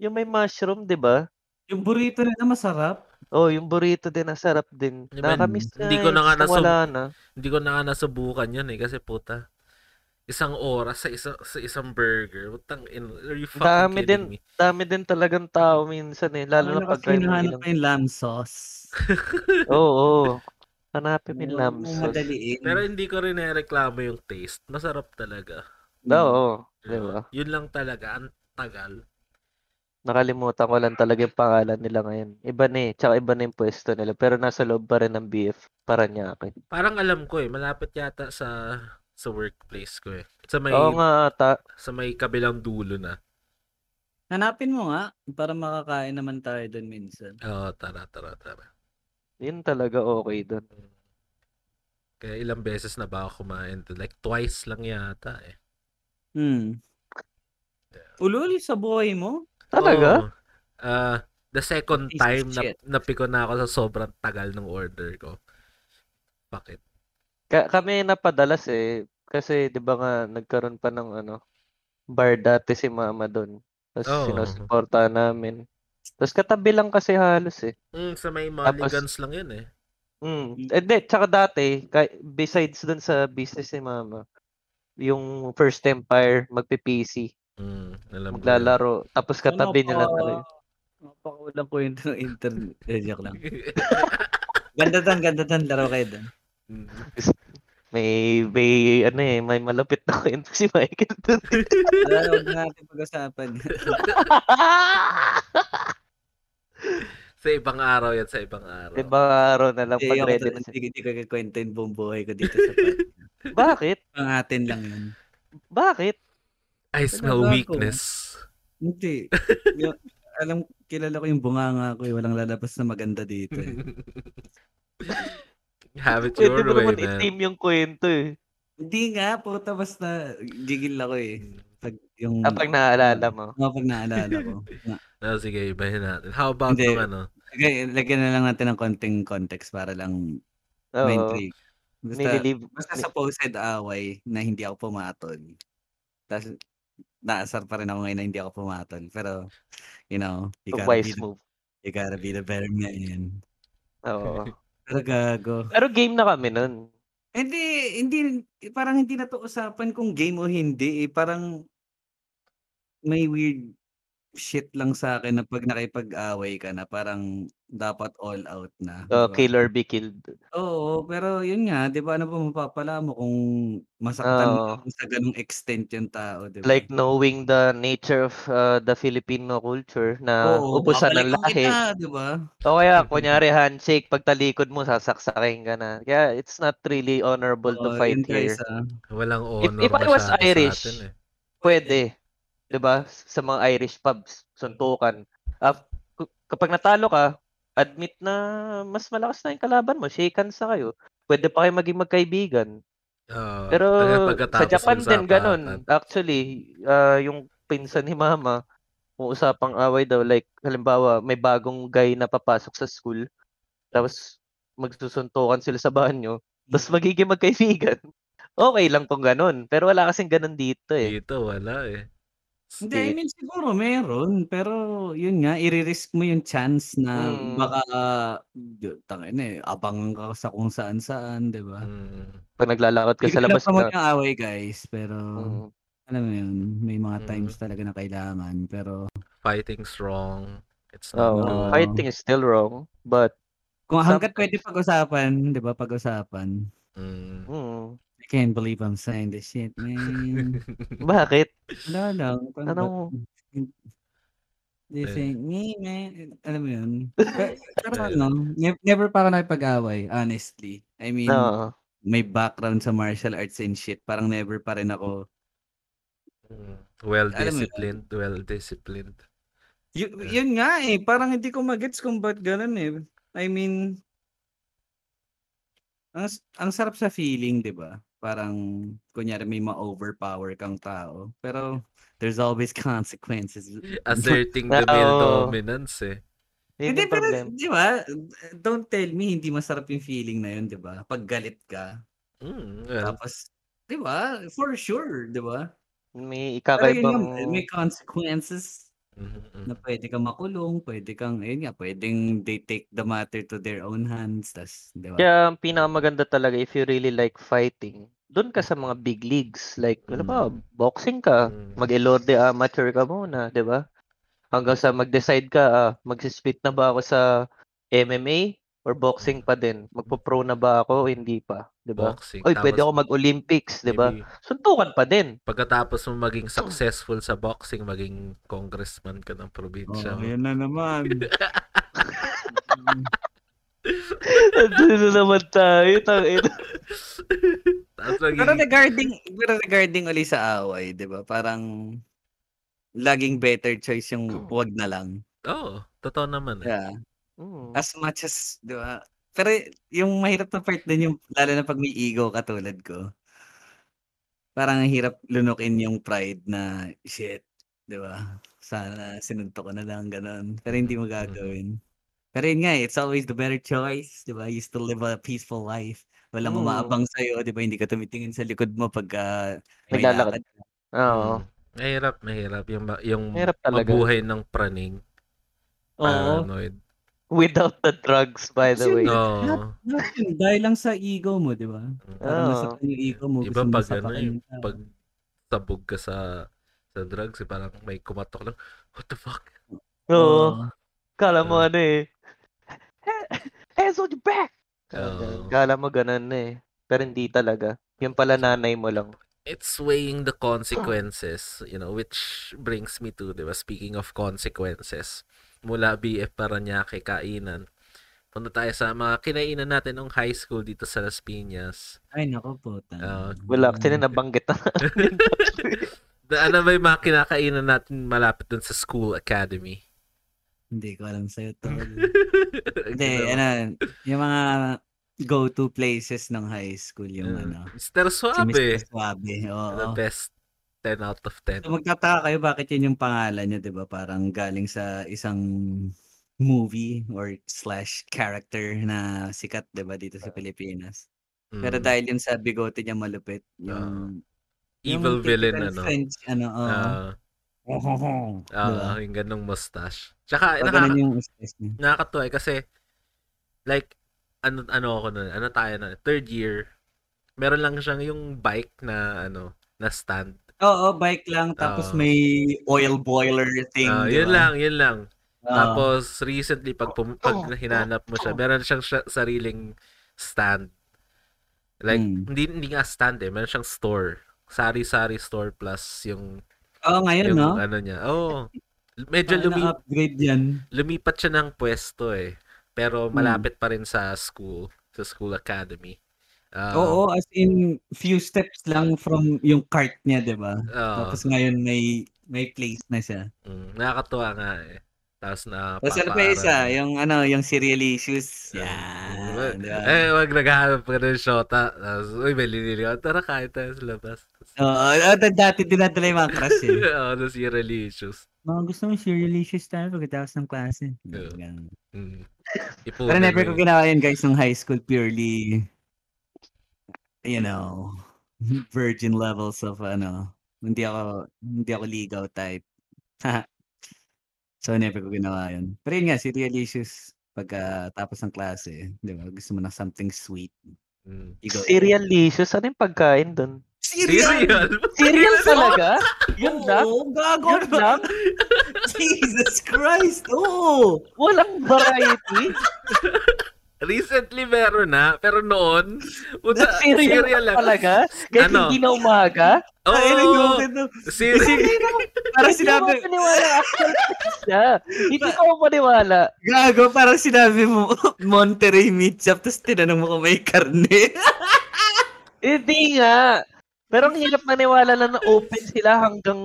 Speaker 3: Yung may mushroom, di ba?
Speaker 2: Yung burrito nila masarap.
Speaker 3: Oh, yung burrito din, ang sarap din.
Speaker 1: Di ba?
Speaker 3: Nakamiss na.
Speaker 1: Hindi ko na
Speaker 3: eh,
Speaker 1: nga
Speaker 3: gusto
Speaker 1: nasub-
Speaker 3: Wala na.
Speaker 1: Hindi ko na nga nasubukan yun eh kasi puta. Isang oras sa isa sa isang burger. Putang in, are you fucking
Speaker 3: Dami
Speaker 1: kidding me?
Speaker 3: Dami din talagang tao minsan eh. Lalo na
Speaker 2: Ano
Speaker 3: pag
Speaker 2: kasi
Speaker 3: drive
Speaker 2: hinahanap
Speaker 3: lang.
Speaker 2: ko yung lamb sauce.
Speaker 3: Oo, oo. Hanapin mo *laughs* yung
Speaker 2: Yung
Speaker 3: lamb sauce.
Speaker 2: Madaliin.
Speaker 1: Pero hindi ko rin nareklamo yung taste. Masarap talaga.
Speaker 3: Oo, di ba?
Speaker 1: Yun lang talaga ang tagal.
Speaker 3: Nakalimutan ko lang talaga yung pangalan nila ngayon. Iba na eh. Tsaka iba na yung pwesto nila. Pero nasa loob pa rin ng BF. Paranaque.
Speaker 1: Parang alam ko eh, malapit yata sa sa workplace ko eh. Sa may
Speaker 3: Oo nga ata.
Speaker 1: sa may kabilang dulo na.
Speaker 2: Hanapin mo nga para makakain naman tayo doon minsan.
Speaker 1: Oo, tara tara tara.
Speaker 3: Yun talaga okay dun.
Speaker 1: Kaya ilang beses na ba ako kumain? doon? Like twice lang yata eh.
Speaker 2: Hmm. Ululi sa buhay mo?
Speaker 3: Talaga?
Speaker 1: Oo. Ah, the second
Speaker 2: Piece of
Speaker 1: time na
Speaker 2: shit.
Speaker 1: napiko na ako sa sobrang tagal ng order ko. Bakit?
Speaker 3: Ka- kami napadalas eh. Kasi di ba nga nagkaroon pa ng ano, bar dati si mama dun. Tapos
Speaker 1: Oo.
Speaker 3: sinusuporta namin. Tapos katabi lang kasi halos eh.
Speaker 1: Mm, sa may
Speaker 3: Tapos-
Speaker 1: mulligans lang yun eh.
Speaker 3: Mm.
Speaker 2: Mm.
Speaker 3: Eh, di, tsaka dati, kay, besides dun sa business ni Mama, yung First Empire, magpe-PC,
Speaker 1: Mm, alam ko *laughs*
Speaker 3: maglalaro, tapos katabi niya lang talaga.
Speaker 2: Ano Napakawalang kwento ng internet. Eh, joke lang.
Speaker 1: yun.
Speaker 2: Ganda tan, ganda tan. Laro kayo doon.
Speaker 1: Mm.
Speaker 3: May, may, ano eh, may malapit na *laughs* kwento si Michael dun.
Speaker 2: Wala, huwag na natin pag-usapan.
Speaker 1: sa ibang araw yan, sa ibang araw.
Speaker 3: Di ba araw na lang
Speaker 2: Hindi
Speaker 3: pag
Speaker 2: ako
Speaker 3: ready
Speaker 2: talaga- *laughs*
Speaker 3: na siya.
Speaker 2: hindi- Hindi ko kakwento yung buong buhay ko dito sa
Speaker 3: *laughs*
Speaker 2: podcast.
Speaker 3: Bakit?
Speaker 2: Pang atin lang yun.
Speaker 3: Bakit?
Speaker 1: I
Speaker 3: Diba
Speaker 1: smell
Speaker 2: Talaga ako.
Speaker 3: *laughs*
Speaker 1: weakness.
Speaker 2: Hindi. Yung- alam, kilala ko yung bunganga ko. eh. Walang lalabas na maganda dito. eh.
Speaker 1: Have it
Speaker 3: Pwede
Speaker 1: your
Speaker 3: mo
Speaker 1: way,
Speaker 3: naman
Speaker 1: man.
Speaker 3: i-team yung kwento eh.
Speaker 2: Hindi nga, puta basta gigil ako eh. Pag yung...
Speaker 3: Kapag naaalala Ah, mo.
Speaker 2: Oo, pag naalala ko. Na-
Speaker 1: Ah, sige, ibahin natin. How about
Speaker 2: Hindi.
Speaker 1: yung ano?
Speaker 2: Lagay, lagyan na lang natin ng konting context para lang may
Speaker 3: Oo.
Speaker 2: intrigue. Basta,
Speaker 3: Nililib.
Speaker 2: basta supposed away na hindi ako pumatol. Tapos, naasar pa rin ako ngayon na hindi ako pumatol. Pero, you know, you gotta, be
Speaker 3: Wise
Speaker 2: the,
Speaker 3: move.
Speaker 2: you gotta be the better man. *laughs*
Speaker 3: Oo.
Speaker 2: Pero gago.
Speaker 3: Pero game na kami nun.
Speaker 2: Hindi, hindi, parang hindi na to usapan kung game o hindi. Eh. Parang may weird shit lang sa akin na pag nakipag-away ka na parang dapat all out na.
Speaker 3: Oh,
Speaker 2: Diba?
Speaker 3: kill or be killed.
Speaker 2: Oo, pero yun nga, di ba ano ba mapapala mo kung masaktan mo
Speaker 3: Oo.
Speaker 2: lang sa ganong extent yung tao, di ba?
Speaker 3: like knowing the nature of uh, the Filipino culture na ubusan
Speaker 2: babalikan
Speaker 3: ng lahi.
Speaker 2: Kita, di ba?
Speaker 3: O kaya kunyari handshake pag talikod mo sasaksakin ka na. Kaya it's not really honorable to
Speaker 2: Oo, yun
Speaker 3: fight
Speaker 2: guys,
Speaker 3: here.
Speaker 2: ah.
Speaker 1: Walang honor
Speaker 3: if I was
Speaker 1: masyado sa
Speaker 3: Irish,
Speaker 1: atin eh.
Speaker 3: Pwede. 'Di ba? Sa mga Irish pubs, suntukan. Af- ku- kapag natalo ka, admit na mas malakas na 'yung kalaban mo, shake hands na kayo. Pwede pa kayo maging magkaibigan.
Speaker 1: Oo,
Speaker 2: Oh,
Speaker 3: Pero
Speaker 1: talagang
Speaker 3: sa
Speaker 1: Oh, pagkatapos
Speaker 3: Japan
Speaker 1: ng
Speaker 3: din ganun.
Speaker 1: sapatan.
Speaker 3: Actually, ah, yung pinsan ni Mama, kung usapang away daw, like halimbawa may bagong guy na papasok sa school, tapos magsusuntukan sila sa banyo, tapos
Speaker 2: Mm.
Speaker 3: magiging magkaibigan. *laughs* Okay lang kung ganun. Pero wala kasing ganun dito eh.
Speaker 1: Dito, wala eh.
Speaker 2: Hindi, I mean, siguro meron. Pero yun nga, iririsk mo yung chance na
Speaker 3: Mm.
Speaker 2: baka, uh, tangin eh, abangan ka sa kung saan-saan, di ba?
Speaker 1: Mm.
Speaker 3: Pag naglalakad ka
Speaker 2: Hindi
Speaker 3: sa
Speaker 2: ko
Speaker 3: labas
Speaker 2: na-promote
Speaker 3: na.
Speaker 2: yung away, guys. Pero,
Speaker 3: Mm.
Speaker 2: alam mo yun, may mga
Speaker 1: Mm.
Speaker 2: times talaga na kailangan. Pero,
Speaker 1: Fighting's wrong. It's not
Speaker 2: Ah,
Speaker 3: Oo.
Speaker 1: good.
Speaker 3: Fighting is still wrong, but
Speaker 2: kung hanggat
Speaker 3: Sometimes.
Speaker 2: pwede pag-usapan, di ba, pag-usapan.
Speaker 1: Mm.
Speaker 3: mm,
Speaker 2: I can't believe I'm saying this shit,
Speaker 3: *laughs*
Speaker 2: man.
Speaker 3: bakit?
Speaker 2: Wala lang. Ano?
Speaker 3: Anong-
Speaker 1: Eh.
Speaker 2: They think, me, man. Alam mo
Speaker 3: *laughs*
Speaker 2: yun. Pero, pero ano, ne- never pa ako nakipag-away, honestly. I mean,
Speaker 3: No.
Speaker 2: may background sa martial arts and shit, parang never pa rin ako.
Speaker 1: Well
Speaker 2: Alam mo yun.
Speaker 1: disciplined, well
Speaker 3: *laughs*
Speaker 1: disciplined.
Speaker 2: Y- yun nga eh, parang hindi ko magets kung ba't ganun eh. I mean, ang, s- ang sarap sa feeling, di ba? Parang, kunyari may ma-overpower kang tao. Pero, there's always *laughs* consequences.
Speaker 1: Asserting the male
Speaker 3: Oo.
Speaker 1: dominance eh.
Speaker 3: Yun
Speaker 2: Hindi,
Speaker 3: yung
Speaker 2: pero,
Speaker 3: problem.
Speaker 2: di ba? Don't tell me, hindi masarap yung feeling na yun, di ba? Pag galit ka,
Speaker 1: Mm, well,
Speaker 2: tapos, di ba? For sure, di ba?
Speaker 3: May
Speaker 2: Pero yun nga,
Speaker 3: ikakaibang...
Speaker 2: may consequences
Speaker 1: mhm, mhm.
Speaker 2: na pwede kang makulong, pwede kang, ayun nga, pwedeng they take the matter to their own hands, tas, di ba?
Speaker 3: Kaya ang pinakamaganda talaga if you really like fighting, doon ka sa mga big leagues. Like, ano ba,
Speaker 1: Mm.
Speaker 3: boxing ka.
Speaker 1: Mm.
Speaker 3: Mag-elorde amateur ka muna, di ba? Hanggang sa mag-decide ka, ah, magsisplit na ba ako sa MMA or boxing pa din? Magpo-pro na ba ako o hindi pa? Di ba?
Speaker 1: Boxing.
Speaker 3: Oy, pwede
Speaker 1: Tapos
Speaker 3: ako mag-Olympics, di ba?
Speaker 1: maybe
Speaker 3: Suntukan pa din. *laughs*
Speaker 1: Pagkatapos mo maging successful sa boxing, maging congressman ka ng probinsya. mo.
Speaker 2: Oh, *laughs* yun na naman.
Speaker 3: Doon na naman tayo.
Speaker 1: *laughs*
Speaker 3: tangina.
Speaker 1: Tapos
Speaker 2: pero
Speaker 1: maging...
Speaker 2: regarding, pero regarding uli sa away, di ba? Parang, laging better choice yung wag na lang.
Speaker 1: Oo, totoo naman. Eh.
Speaker 2: Yeah.
Speaker 3: Mm.
Speaker 2: As much as, di ba? Pero yung mahirap na part din yung, lalo na pag may ego katulad ko, parang ang hirap lunukin yung pride na, shit, di ba? Sana sinunto ko na lang, ganun. Pero hindi
Speaker 3: Mm.
Speaker 2: mo gagawin. Pero yun nga, eh, it's always the better choice, di ba? You still live a peaceful life. Walang
Speaker 3: Mm.
Speaker 2: umaabang sa'yo, di ba? Hindi ka tumitingin sa likod mo pag ah, may lakad.
Speaker 3: Naglalakad. Oo.
Speaker 1: Mm. Mahirap, mahirap. Yung, ma- yung
Speaker 3: Mahirap talaga.
Speaker 1: mabuhay ng praning.
Speaker 3: Oo.
Speaker 1: Paranoid.
Speaker 3: Without the drugs, by the
Speaker 2: Kasi
Speaker 3: way.
Speaker 2: Wait.
Speaker 1: Oo.
Speaker 2: Yun, Dahil lang sa ego mo, di ba? Parang
Speaker 3: Oo.
Speaker 2: nasaktan yung ego mo.
Speaker 1: Iba
Speaker 2: gusto mo
Speaker 1: pag
Speaker 2: sapakin
Speaker 1: ano eh,
Speaker 2: yung tao.
Speaker 1: ano pag sabog ka sa sa drugs, eh, parang may kumatok lang, what the fuck?
Speaker 3: Oo.
Speaker 2: Oo.
Speaker 3: Kala mo
Speaker 1: Oo.
Speaker 3: ano eh. Hands on your back! Kala,
Speaker 1: Oo.
Speaker 3: kala mo ganun na eh. Pero hindi talaga. Yung pala nanay mo lang.
Speaker 1: It's weighing the consequences, you know, which brings me to, di ba, speaking of consequences, mula BF Paranaque, kainan, punta tayo sa mga kinainan natin ng high school dito sa Las Piñas.
Speaker 2: Ay, nako po.
Speaker 1: Ah,
Speaker 3: Wala, actually
Speaker 2: Hmm.
Speaker 3: nabanggit na.
Speaker 1: Da, ano ba yung mga kinakainan natin malapit dun sa school academy? *laughs*
Speaker 2: Hindi ko alam sa'yo to. Hindi,
Speaker 1: Hindi,
Speaker 2: ano, yung mga go-to places ng high school, yung ano.
Speaker 1: Mr. Suave.
Speaker 2: Mr. Suabe,
Speaker 1: The
Speaker 2: oo.
Speaker 1: best 10 out of 10.
Speaker 2: So, magtataka kayo bakit yun yung pangalan niya, di ba? Parang galing sa isang movie or slash character na sikat, di ba, dito sa Pilipinas. Pero
Speaker 1: Mm.
Speaker 2: dahil yun sa bigote niya malupit, yung... yung
Speaker 1: Evil villain,
Speaker 2: typical
Speaker 1: ano?
Speaker 2: French, ano, oo. *laughs*
Speaker 1: Ah,
Speaker 2: Di ba?
Speaker 1: ah, yung ganong mustache. Tsaka,
Speaker 2: Pag
Speaker 1: nakaka-
Speaker 2: ganun yung stress niya.
Speaker 1: nakakatuwa eh, kasi like ano ano ako nun, ano tayo na third year. Meron lang siyang yung bike na ano, na stand.
Speaker 2: Oo, bike lang. Tapos
Speaker 1: Oo.
Speaker 2: may oil boiler thing.
Speaker 1: Ah,
Speaker 2: di
Speaker 1: yun
Speaker 2: ba? Ah.
Speaker 1: lang, yun lang.
Speaker 2: Oo.
Speaker 1: Tapos recently pag pum- pag hinanap mo siya, meron siyang siya- sariling stand. Like
Speaker 2: Mm.
Speaker 1: hindi hindi nga stand eh, meron siyang store. Sari-sari store plus yung
Speaker 2: Oo,
Speaker 1: yung
Speaker 2: ngayon, no? Ah,
Speaker 1: ano niya. Oh. Medyo lumi-
Speaker 2: upgrade yan.
Speaker 1: lumipat siya ng pwesto eh. Pero
Speaker 2: Hmm.
Speaker 1: malapit pa rin sa school, sa school academy. Ah,
Speaker 2: Oo, as in, few steps lang from yung cart niya, di ba?
Speaker 1: ah,
Speaker 2: Tapos ngayon may may place na siya.
Speaker 1: mm, nakakatuwa nga eh. Tapos na
Speaker 2: Tapos ano pa isa? Yung ano, yung cereal issues. Yan. di ba?
Speaker 1: Mm, Eh, wag naghahanap ka ng shota. Tapos, uy, may liniligaw. Tara, kain tayo sa labas.
Speaker 2: Oo, oh, dati dinadala yung mga crush
Speaker 1: *laughs*
Speaker 2: eh.
Speaker 1: Oo, tapos yung religious.
Speaker 2: Mga gusto mo cereal issues tayo pagkatapos ng klase.
Speaker 1: Oo.
Speaker 2: Ganun.
Speaker 1: Mm.
Speaker 2: Pero
Speaker 1: Ipunan
Speaker 2: never
Speaker 1: mo
Speaker 2: ko
Speaker 1: yun.
Speaker 2: ginawa yun guys nung high school purely you know *laughs* virgin levels of ano hindi ako hindi ako legal type. *laughs* so never ko ginawa yun. Pero yun nga serial issues pagkatapos ng klase, di ba? Gusto mo ng something sweet.
Speaker 1: Mm.
Speaker 2: You go-
Speaker 3: Cereal delicious. Ano yung pagkain doon?
Speaker 1: Serial? *laughs*
Speaker 3: Cereal talaga? Yun lang?
Speaker 2: Oo, gago
Speaker 3: Yun
Speaker 2: na. *laughs*
Speaker 3: lang?
Speaker 2: Jesus Christ! Oo!
Speaker 3: Walang variety?
Speaker 1: Recently meron na, pero noon, puta,
Speaker 3: cereal lang talaga? Kahit
Speaker 1: Ano?
Speaker 3: hindi na umaga?
Speaker 1: Oo,
Speaker 2: Ay,
Speaker 1: oh,
Speaker 2: nag-golden na.
Speaker 1: serial.
Speaker 2: Parang
Speaker 3: Hindi ako
Speaker 2: sinabi,
Speaker 3: maniwala. Actual facts siya. Hindi ko ako maniwala.
Speaker 2: Gago, *laughs* parang sinabi mo, Monterey Meat Shop, tapos tinanong mo kung may karne.
Speaker 3: Hindi nga. Pero ang hirap maniwala lang na open sila hanggang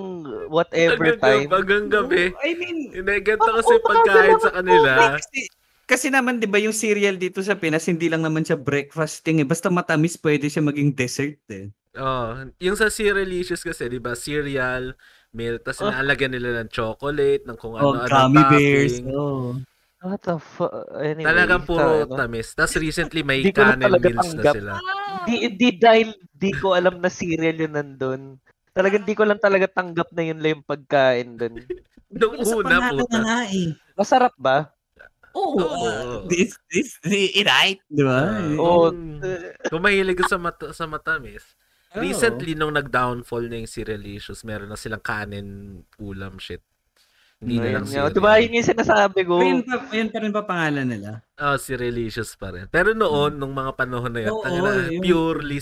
Speaker 3: whatever
Speaker 1: Hanggang
Speaker 3: time.
Speaker 1: gab- Hanggang gabi.
Speaker 2: *laughs* I mean,
Speaker 1: Inegenta
Speaker 2: Oo,
Speaker 1: kasi
Speaker 2: baka
Speaker 1: pagkain
Speaker 2: dalawa
Speaker 1: sa kanila.
Speaker 2: Kasi, kasi naman, di ba, yung cereal dito sa Pinas, hindi lang naman siya breakfasting eh. Basta matamis, pwede siya maging dessert eh.
Speaker 1: Oh, yung sa Cerealicious kasi, di ba? Cereal, milk, tapos
Speaker 3: Oh.
Speaker 1: inaalagyan nila ng chocolate, ng kung
Speaker 2: Oh,
Speaker 1: ano-ano.
Speaker 2: gummy bears.
Speaker 1: Ano, topping.
Speaker 2: Oh.
Speaker 3: What the fuck? Anyway,
Speaker 1: Talagang puro
Speaker 3: sana.
Speaker 1: tamis. Tapos recently may
Speaker 3: Di ko na
Speaker 1: kanin
Speaker 3: talaga
Speaker 1: meals na
Speaker 3: tanggap.
Speaker 1: sila.
Speaker 3: Di, di dahil di ko alam na cereal yun nandun. Talagang di ko lang talaga tanggap na yun lang yung pagkain dun.
Speaker 1: Nung una, puta.
Speaker 2: nga eh.
Speaker 3: Masarap ba?
Speaker 1: Oo.
Speaker 2: Oo. ah, this, this, this, it right, di ba?
Speaker 1: Ah,
Speaker 3: Oo.
Speaker 1: Mm.
Speaker 3: Eh,
Speaker 1: Kung mahilig ka sa, mata- sa matamis.
Speaker 3: Oh.
Speaker 2: Oo.
Speaker 1: Oh, Recently, nung nag-downfall na yung Cerealicious, meron na silang kanin, ulam, shit. Hindi na
Speaker 3: Ayun
Speaker 1: lang
Speaker 3: nga.
Speaker 1: cereal.
Speaker 3: Diba yun yung sinasabi ko?
Speaker 2: Oh.
Speaker 1: oh.
Speaker 2: Ayun pa, ayun pa rin ba pangalan nila?
Speaker 1: Ah, Cerealicious pa rin. Pero noon, nung mga panahon na yun,
Speaker 2: Oo,
Speaker 1: tangina,
Speaker 2: yun.
Speaker 1: purely,
Speaker 3: Purely.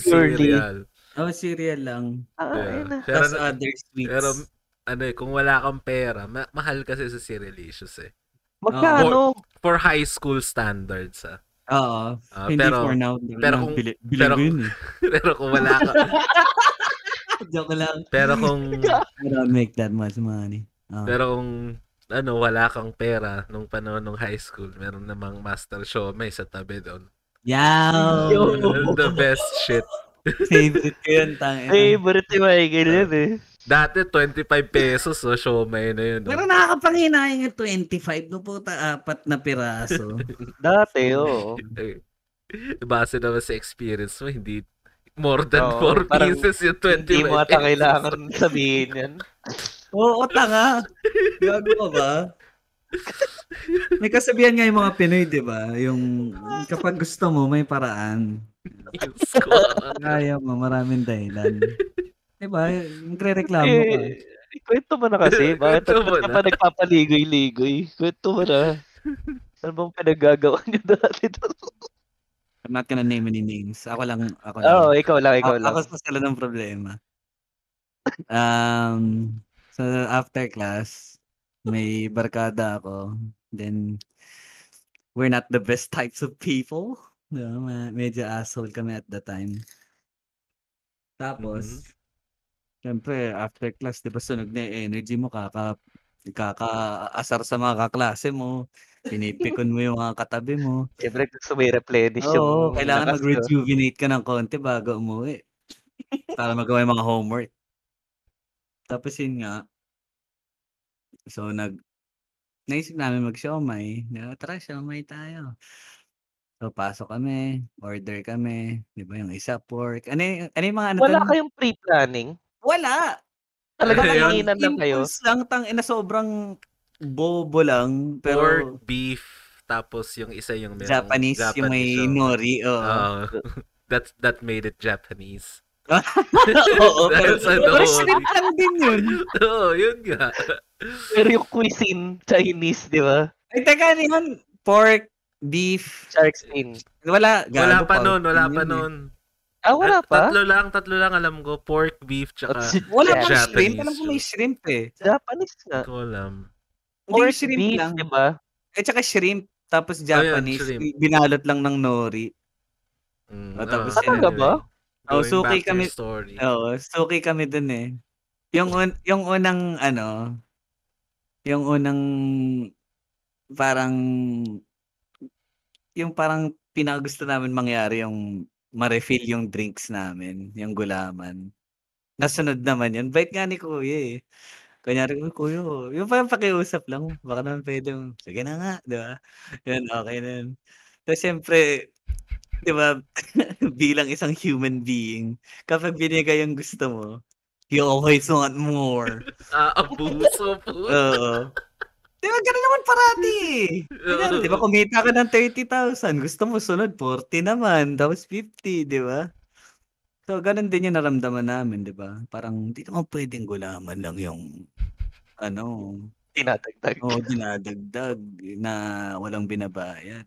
Speaker 1: cereal.
Speaker 2: Oh, cereal lang.
Speaker 3: Ah, ayun na.
Speaker 1: Pero,
Speaker 2: Tapos other sweets.
Speaker 1: pero, ano eh, kung wala kang pera, ma- mahal kasi sa Cerealicious eh.
Speaker 3: Magkano?
Speaker 1: For high school standards ah.
Speaker 2: Oo.
Speaker 1: Ah,
Speaker 2: hindi
Speaker 1: pero,
Speaker 2: for now. di ba?
Speaker 1: pero kung-
Speaker 2: Bili- bili
Speaker 1: pero-
Speaker 2: mo yun eh.
Speaker 1: *laughs* pero kung wala ka,
Speaker 2: Joke lang.
Speaker 1: pero
Speaker 2: *laughs*
Speaker 1: kung, *laughs*
Speaker 2: I don't make that much money. Ah.
Speaker 1: pero kung, ano, wala kang pera nung panahon nung high school, meron namang master show may sa tabi doon.
Speaker 2: Yow!
Speaker 3: Yo!
Speaker 1: The best shit.
Speaker 2: *laughs* Favorite ko yun, tang ina.
Speaker 3: Favorite ni Michael yun eh.
Speaker 1: Dati 25 pesos, oh, show may na yun.
Speaker 2: Pero
Speaker 1: Oh.
Speaker 2: nakakapanghinayang yung 25 no puta apat na piraso.
Speaker 3: Dati, oo.
Speaker 1: Eh, *laughs* Base naman sa experience mo, hindi more than
Speaker 3: Oo,
Speaker 1: 4
Speaker 3: parang
Speaker 1: pieces yung 25
Speaker 3: Hindi mo ata
Speaker 1: pesos.
Speaker 3: kailangan sabihin yan.
Speaker 2: Oo, tanga. Gago ka ba? May kasabihan nga yung mga Pinoy, di ba? Yung kapag gusto mo, may paraan.
Speaker 1: Yes,
Speaker 2: *laughs*
Speaker 1: ko.
Speaker 2: Kaya mo, maraming dahilan. Di ba? Magre-reklamo ka.
Speaker 3: Eh, kwento mo na
Speaker 1: *laughs*
Speaker 3: kasi. Bakit
Speaker 1: Kwento mo
Speaker 3: ba't ka
Speaker 1: na.
Speaker 3: pa nagpapaligoy-ligoy? Kwento mo
Speaker 2: *laughs*
Speaker 3: na. Ano bang pinagagawa niyo dati?
Speaker 2: I'm not gonna name any names. Ako lang, ako lang.
Speaker 3: Oo, oh, ikaw lang, ikaw
Speaker 2: A-
Speaker 3: lang.
Speaker 2: Ako sa sala ng problema. Um, so after class, may barkada ako. Then, we're not the best types of people. No, ma- medyo asshole kami at the time. Tapos, syempre, after class, di ba sunog na yung energy mo, kaka, kaka-asar sa mga kaklase mo, pinipikon mo yung mga katabi mo.
Speaker 3: Siyempre, gusto may replenish yung...
Speaker 2: Oo, kailangan
Speaker 3: lakas ko.
Speaker 2: mag-rejuvenate ka ng konti bago umuwi. Para magawa yung mga homework. Tapos yun nga. So, nag... Naisip namin mag-siomay. Na, Tara, siomay tayo. So, pasok kami. Order kami. Di ba yung isa pork? Ano, y- ano yung mga ano?
Speaker 3: Wala
Speaker 2: tol?
Speaker 3: kayong pre-planning?
Speaker 2: Wala!
Speaker 3: Talaga
Speaker 1: Ayun.
Speaker 3: nanginan lang kayo?
Speaker 2: Impulse lang, tang, ina, sobrang bobo lang. Pero,
Speaker 1: Pork, beef, tapos yung isa yung merong
Speaker 2: Japanese, yung may
Speaker 1: oh.
Speaker 2: nori. oo.
Speaker 1: Oo. *laughs* that that made it Japanese. *laughs*
Speaker 2: Oo,
Speaker 1: Dahil
Speaker 2: pero,
Speaker 1: sa
Speaker 2: pero
Speaker 1: nori.
Speaker 2: shrimp lang din yun.
Speaker 1: Oo, yun nga.
Speaker 3: Pero yung cuisine, Chinese, di ba?
Speaker 2: Ay, teka, ano yun? Pork, beef,
Speaker 3: Shark's fin.
Speaker 2: wala.
Speaker 1: Wala
Speaker 2: gago,
Speaker 1: pa nun,
Speaker 2: pork
Speaker 1: wala
Speaker 2: yun
Speaker 1: pa
Speaker 2: eh.
Speaker 1: nun.
Speaker 3: Ah, wala
Speaker 1: Tat-
Speaker 3: pa?
Speaker 1: Tatlo lang, tatlo lang alam ko. Pork, beef, tsaka...
Speaker 3: At si-
Speaker 2: Wala pang shrimp.
Speaker 3: Yeah.
Speaker 1: Japanese
Speaker 2: Alam ko may
Speaker 1: yun.
Speaker 2: shrimp eh.
Speaker 3: Japanese
Speaker 1: Hindi
Speaker 3: nga.
Speaker 1: ko alam.
Speaker 2: Hindi
Speaker 3: Pork
Speaker 2: yung shrimp
Speaker 3: beef,
Speaker 2: lang.
Speaker 3: di ba?
Speaker 2: Eh, tsaka shrimp. Tapos Japanese,
Speaker 1: Oh, shrimp.
Speaker 2: binalot lang ng nori.
Speaker 1: Mm,
Speaker 2: Ah, tapos
Speaker 1: ah,
Speaker 2: Talaga
Speaker 3: ba?
Speaker 1: Going
Speaker 2: Oh, so
Speaker 1: back to
Speaker 2: okay
Speaker 1: your
Speaker 2: kami- Oh.
Speaker 1: story.
Speaker 2: Oo, suki kami dun eh. Yung, un- yung unang, ano, yung unang, parang, yung parang pinagusto namin mangyari yung ma-refill yung drinks namin, yung gulaman. Nasunod naman yun. Bait nga ni Kuya eh. Kunyari, "Uy, Kuya, oh." yung parang pakiusap lang. Baka naman pwede, sige na nga, di ba? Yun, okay na yun. Tapos syempre, di ba, *laughs* bilang isang human being, kapag binigay yung gusto mo, you always want more.
Speaker 1: Ah, *laughs* abuso
Speaker 2: *laughs*
Speaker 1: po.
Speaker 2: Oo. Di ba, ganun naman parati eh. Kunyari, di ba, kumita ka ng 30,000, gusto mo sunod, 40 naman, tapos 50, di ba? So, ganun din yung naramdaman namin, di ba? Parang, di naman pwedeng gulaman lang yung, ano,
Speaker 3: Tinatagtag.
Speaker 2: oo, dinadagdag na walang binabayad.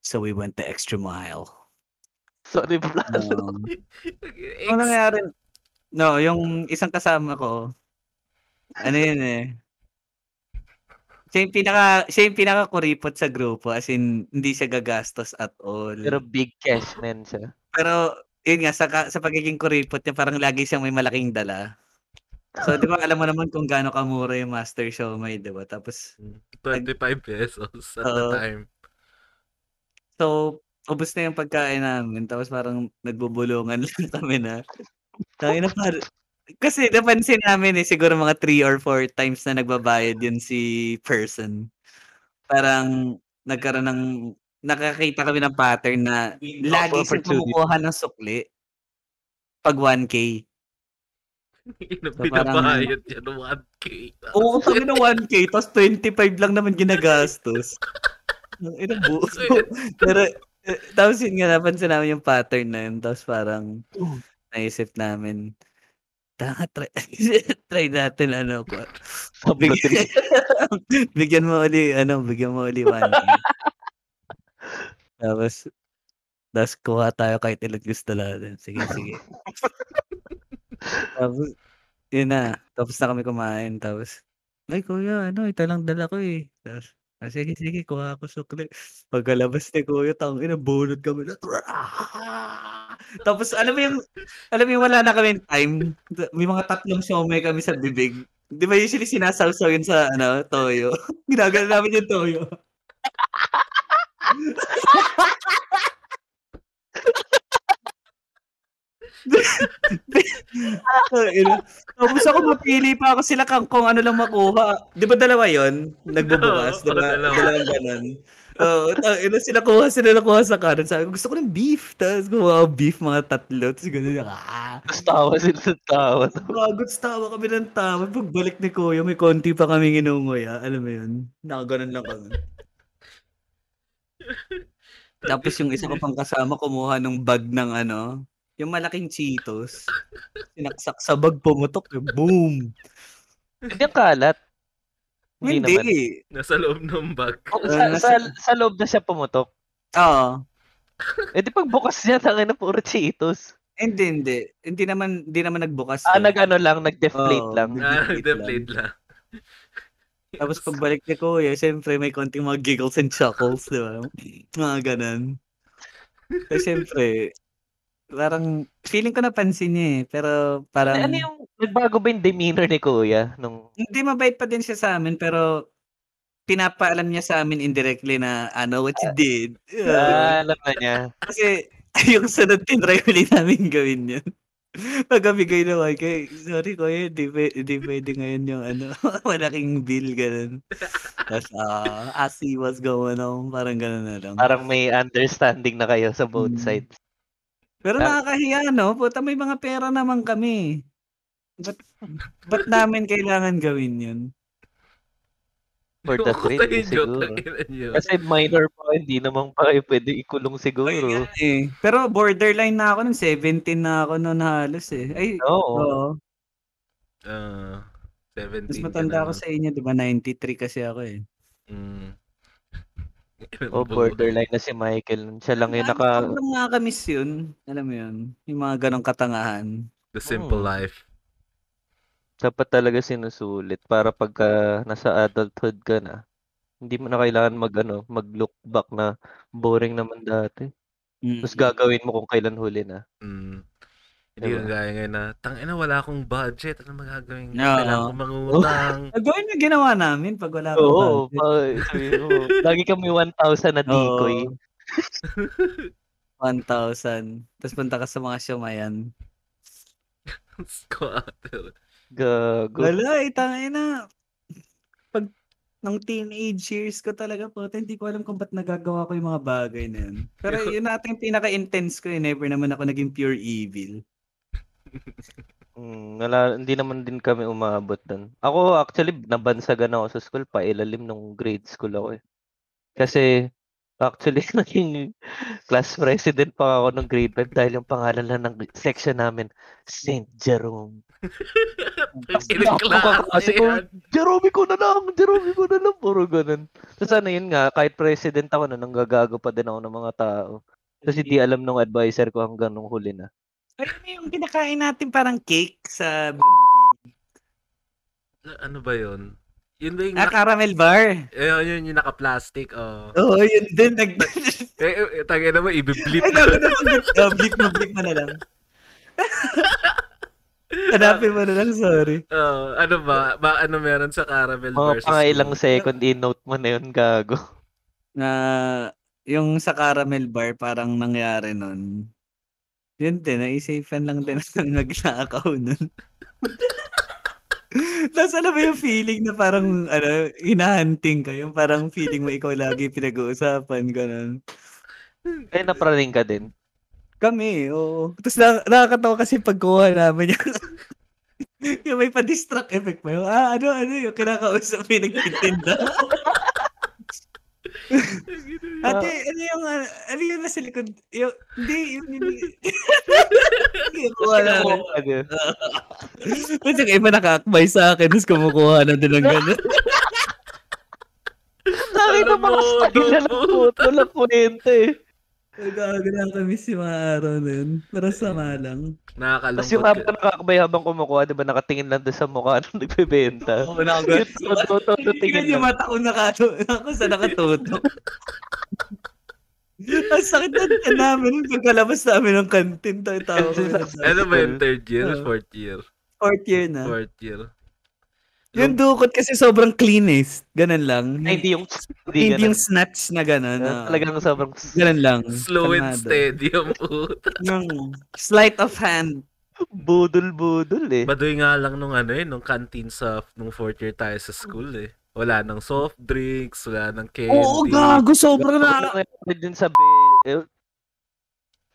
Speaker 2: So, we went the extra mile.
Speaker 3: Sorry, Blas.
Speaker 2: Um, Ano
Speaker 1: Ex-
Speaker 2: nangyari? No, yung isang kasama ko, ano yun eh. Siya yung pinaka siya yung pinaka kuripot sa grupo as in hindi siya gagastos at all.
Speaker 3: *laughs*
Speaker 2: Pero,
Speaker 3: Pero big cash man siya.
Speaker 2: yun nga, sa, ka- sa pagiging kuripot niya, parang lagi siyang may malaking dala. So, di ba, alam mo naman kung gaano kamura yung Master Shomai, di ba? Tapos,
Speaker 1: 25 pesos at the
Speaker 2: Oo.
Speaker 1: time. *laughs*
Speaker 2: so, ubos na yung pagkain namin. Tapos parang nagbubulungan *laughs* lang kami na. Kaya na par kasi napansin namin eh, siguro mga three or four times na nagbabayad yun si person. Parang nagkaroon ng, nakakita kami ng pattern na lagi siya
Speaker 3: opportunity.
Speaker 2: kumukuha ng sukli pag 1K. parang-
Speaker 1: Pinabayad niya ng 1K.
Speaker 2: Oo, sabi na 1K, tapos 25 lang naman ginagastos. Ang ina bu. Pero, eh, tapos yun nga, napansin namin yung pattern na yun. Tapos parang, naisip namin, Taka, try, *laughs* try natin ano ko. Bigyan, *laughs* bigyan mo uli, ano, bigyan mo uli 1K. tapos, tapos kuha tayo kahit ilang gusto natin. Sige, sige. tapos, yun na. Tapos na kami kumain. Tapos, ay, kuya, ano, ito lang dala ko eh. Tapos, ah, sige, sige, kuha ako sukli. Pagkalabas ni kuya, tang ina, bunot kami na. *laughs* Tapos, alam mo yung, alam mo yung wala na kami time. May mga tatlong siomay kami sa bibig. Di ba usually sinasawsaw yun sa, ano, toyo? *laughs* Ginagano namin yung toyo. Tang ina. Tapos ako mapili pa ako sila kang kung ano lang makuha. Di ba dalawa yon Nagbubukas,
Speaker 1: Oo,
Speaker 2: di ba?
Speaker 1: dalawa.
Speaker 2: Dalawang ganun. Oo, tang ina sila kuha, sila nakuha sa karon. Sabi ko, gusto ko ng beef. Tapos kumuha ako beef mga tatlo. Tapos ganun, ah.
Speaker 3: Tapos tawa sila sa tawa.
Speaker 2: Pagod tawa kami ng tawa. Pagbalik ni Kuya, may konti pa kami inungoya. Alam mo yun? Nakaganon lang kami. *laughs* Tapos yung isa ko pang kasama kumuha ng bag ng ano, yung malaking Cheetos. Sinaksak sa bag, pumutok. eh, Boom!
Speaker 3: Hindi ang kalat.
Speaker 2: Hindi.
Speaker 3: Hindi
Speaker 2: Ah,
Speaker 3: naman.
Speaker 1: Nasa loob ng
Speaker 3: *laughs*
Speaker 1: bag.
Speaker 3: O, sa, sa, sa loob na siya pumutok.
Speaker 2: Oo.
Speaker 3: E di pagbukas niya, tangin na puro Cheetos.
Speaker 2: Hindi, hindi. Hindi naman, hindi naman nagbukas.
Speaker 3: Ah,
Speaker 2: yun.
Speaker 3: nag-ano lang, nag-deflate
Speaker 2: Oo.
Speaker 3: lang.
Speaker 1: Ah,
Speaker 2: Nagdidikit
Speaker 1: deflate lang.
Speaker 2: Tapos pagbalik ni Kuya, siyempre may konting mga giggles and chuckles, di ba? Mga ganun. So, siyempre, parang feeling ko napansin niya eh. Pero parang,
Speaker 3: ano yung, nagbago ba yung demeanor ni Kuya? Nung,
Speaker 2: hindi mabait pa din siya sa amin, pero pinapaalam niya sa amin indirectly na, I know what you did. Yeah.
Speaker 3: ah, alam na niya.
Speaker 2: Kasi *laughs* yung sunod tinry ulit namin gawin yun. *laughs* Pagkabigay naman kay, sorry kuya, hindi, pwe- hindi pwede ngayon yung ano, *laughs* malaking bill, ganun. Tapos, ah, I see what's going on, parang ganun na lang.
Speaker 3: Parang may understanding na kayo sa both
Speaker 2: Mm.
Speaker 3: sides.
Speaker 2: Pero
Speaker 3: Ah.
Speaker 2: nakakahiya, no? Puta, may mga pera naman kami. Ba't, ba't namin kailangan gawin yun?
Speaker 3: For
Speaker 1: *laughs*
Speaker 3: the
Speaker 1: Ako
Speaker 3: thrill,
Speaker 1: tayo yung joke
Speaker 3: siguro.
Speaker 1: lang yun.
Speaker 3: Kasi minor pa, hindi naman pa kayo pwede ikulong siguro.
Speaker 2: Eh, pero borderline na ako nun. 17 na ako nun halos eh. Ay,
Speaker 3: Oo.
Speaker 2: oo.
Speaker 1: Ah, 17
Speaker 2: Mas
Speaker 1: ka na,
Speaker 2: matanda ako
Speaker 1: no?
Speaker 2: sa inyo, di ba? 93 kasi ako eh.
Speaker 1: Mm. *laughs*
Speaker 3: Oh, borderline na si Michael. nun. Siya lang yung
Speaker 2: Ano
Speaker 3: naka...
Speaker 2: Sobrang nakakamiss yun. Alam mo yun. Yung mga ganong katangahan.
Speaker 1: The simple
Speaker 3: Oh.
Speaker 1: life.
Speaker 3: dapat talaga sinusulit para pagka nasa adulthood ka na, hindi mo na kailangan mag, ano, mag-look back na boring naman dati.
Speaker 2: Mm.
Speaker 3: Tapos gagawin mo kung kailan huli na.
Speaker 1: Mm. Hindi
Speaker 3: Diba?
Speaker 1: diba? gaya ngayon na, tangina wala akong budget. Ano magagawin? ko?
Speaker 2: Oo.
Speaker 1: Kailangan ko
Speaker 3: *laughs*
Speaker 1: *laughs* mangutang.
Speaker 2: Ah, Gawin yung ginawa namin pag wala akong
Speaker 3: Oo,
Speaker 2: budget.
Speaker 3: pa, sabi mo, lagi kami 1,000 na
Speaker 2: *laughs*
Speaker 3: decoy.
Speaker 2: Oo. 1,000. Tapos punta ka sa mga shomayan.
Speaker 1: Squat.
Speaker 3: Gago.
Speaker 2: Wala, itangay na. Pag nung teenage years ko talaga po, hindi ko alam kung ba't nagagawa ko yung mga bagay na yun. Pero yun ata yung pinaka-intense ko eh. Never naman ako naging pure evil.
Speaker 3: Mm, wala, hindi naman din kami umabot dun. Ako actually, nabansagan ako sa school, pailalim nung grade school ako eh. Kasi, actually, *laughs* naging class president pa ako nung grade 5 dahil yung pangalan lang ng section namin, St. Jerome.
Speaker 1: *laughs* Ilang klase
Speaker 3: Kasi ko,
Speaker 1: yan.
Speaker 3: Jerome ko na lang, Jerome ko na lang, puro ganun. Tapos ano yun nga, kahit president ako na, nanggagago pa din ako ng mga tao. Tapos hindi alam nung advisor ko hanggang nung huli na.
Speaker 2: Alam mo yung kinakain natin parang cake sa
Speaker 1: Ano ba yun? Yun ba yung,
Speaker 2: Ah,
Speaker 1: naka,
Speaker 2: caramel bar.
Speaker 1: Eh, yun, yun yung naka-plastic, oh.
Speaker 2: Oo, oh, yun din. Nag...
Speaker 1: Eh, eh, tangin na mo, ibiblip.
Speaker 2: *laughs* Ay, gago na *laughs* Oh, blip mo, blip mo na lang. Hanapin mo na lang, sorry.
Speaker 1: *laughs* Oh, ano ba? Ba ano meron sa caramel
Speaker 3: Mga
Speaker 1: versus
Speaker 3: pangailang
Speaker 1: blue?
Speaker 3: second in-note mo na yun, gago.
Speaker 2: Na yung sa caramel bar, parang nangyari nun. Yun din, naisipan lang din *laughs* ang nagnakaw nun. *laughs* Tapos alam mo yung feeling na parang ano, hinahunting ka. Yung parang feeling mo ikaw lagi pinag-uusapan, ganun.
Speaker 3: Eh, napraning ka din.
Speaker 2: Kami, oo. Tapos na, nakakatawa kasi pagkuha namin yung, *laughs* yung may pa-distract effect mo. Yung, ah, ano, ano, yung kinakausap may nagtitinda. Ate, ano yung, ah, ano yung nasa likod? Yung, hindi, yung, yung, kumukuha namin.
Speaker 3: Kinukuha ka din.
Speaker 2: Tapos yung iba nakaakbay sa akin, tapos kumukuha na din ng gano'n.
Speaker 3: Sabi ko,
Speaker 1: Alam
Speaker 3: mga
Speaker 1: mo,
Speaker 3: style na lang
Speaker 1: dude.
Speaker 2: *laughs*
Speaker 3: puto lang kwento eh.
Speaker 2: Nagkakagala kami si Maaro nun. Parang sama lang.
Speaker 1: Nakakalungkot.
Speaker 3: Tapos yung
Speaker 1: ka.
Speaker 3: habang nakakabay habang kumukuha, di ba nakatingin lang doon sa mukha
Speaker 2: *laughs*
Speaker 3: nung nagbebenta?
Speaker 2: Oo, nakagulat.
Speaker 3: Tututututu
Speaker 2: Tingnan
Speaker 3: tingin
Speaker 2: yung
Speaker 3: lang.
Speaker 2: mata ko *laughs* nakato, ako sa nakatutok. *laughs* Ang sakit na tiyan namin nung pagkalabas namin ng kantin. Tayo tao ko na.
Speaker 1: *laughs* Ano ba yung third year?
Speaker 3: Oh.
Speaker 2: Oo.
Speaker 1: Fourth year?
Speaker 2: Fourth year
Speaker 3: Ah.
Speaker 2: na.
Speaker 1: Fourth year.
Speaker 2: Yung dukot kasi sobrang cleanest. Ganun lang.
Speaker 3: Ay, hindi
Speaker 2: *laughs*
Speaker 3: yung... Hindi
Speaker 2: Hindi
Speaker 3: ganun.
Speaker 2: yung snatch na ganun. ah.
Speaker 3: Talagang sobrang...
Speaker 2: Ganun lang.
Speaker 1: Slow and
Speaker 2: Kalmado.
Speaker 1: steady yung puta.
Speaker 2: Yung sleight of hand.
Speaker 3: Budol-budol eh.
Speaker 1: Baduy nga lang nung ano eh, nung canteen sa nung fourth year tayo sa school eh. Wala nang soft drinks, wala nang candy.
Speaker 2: Oo, gago. Sobrang na.
Speaker 3: nangyari din sa be... eh,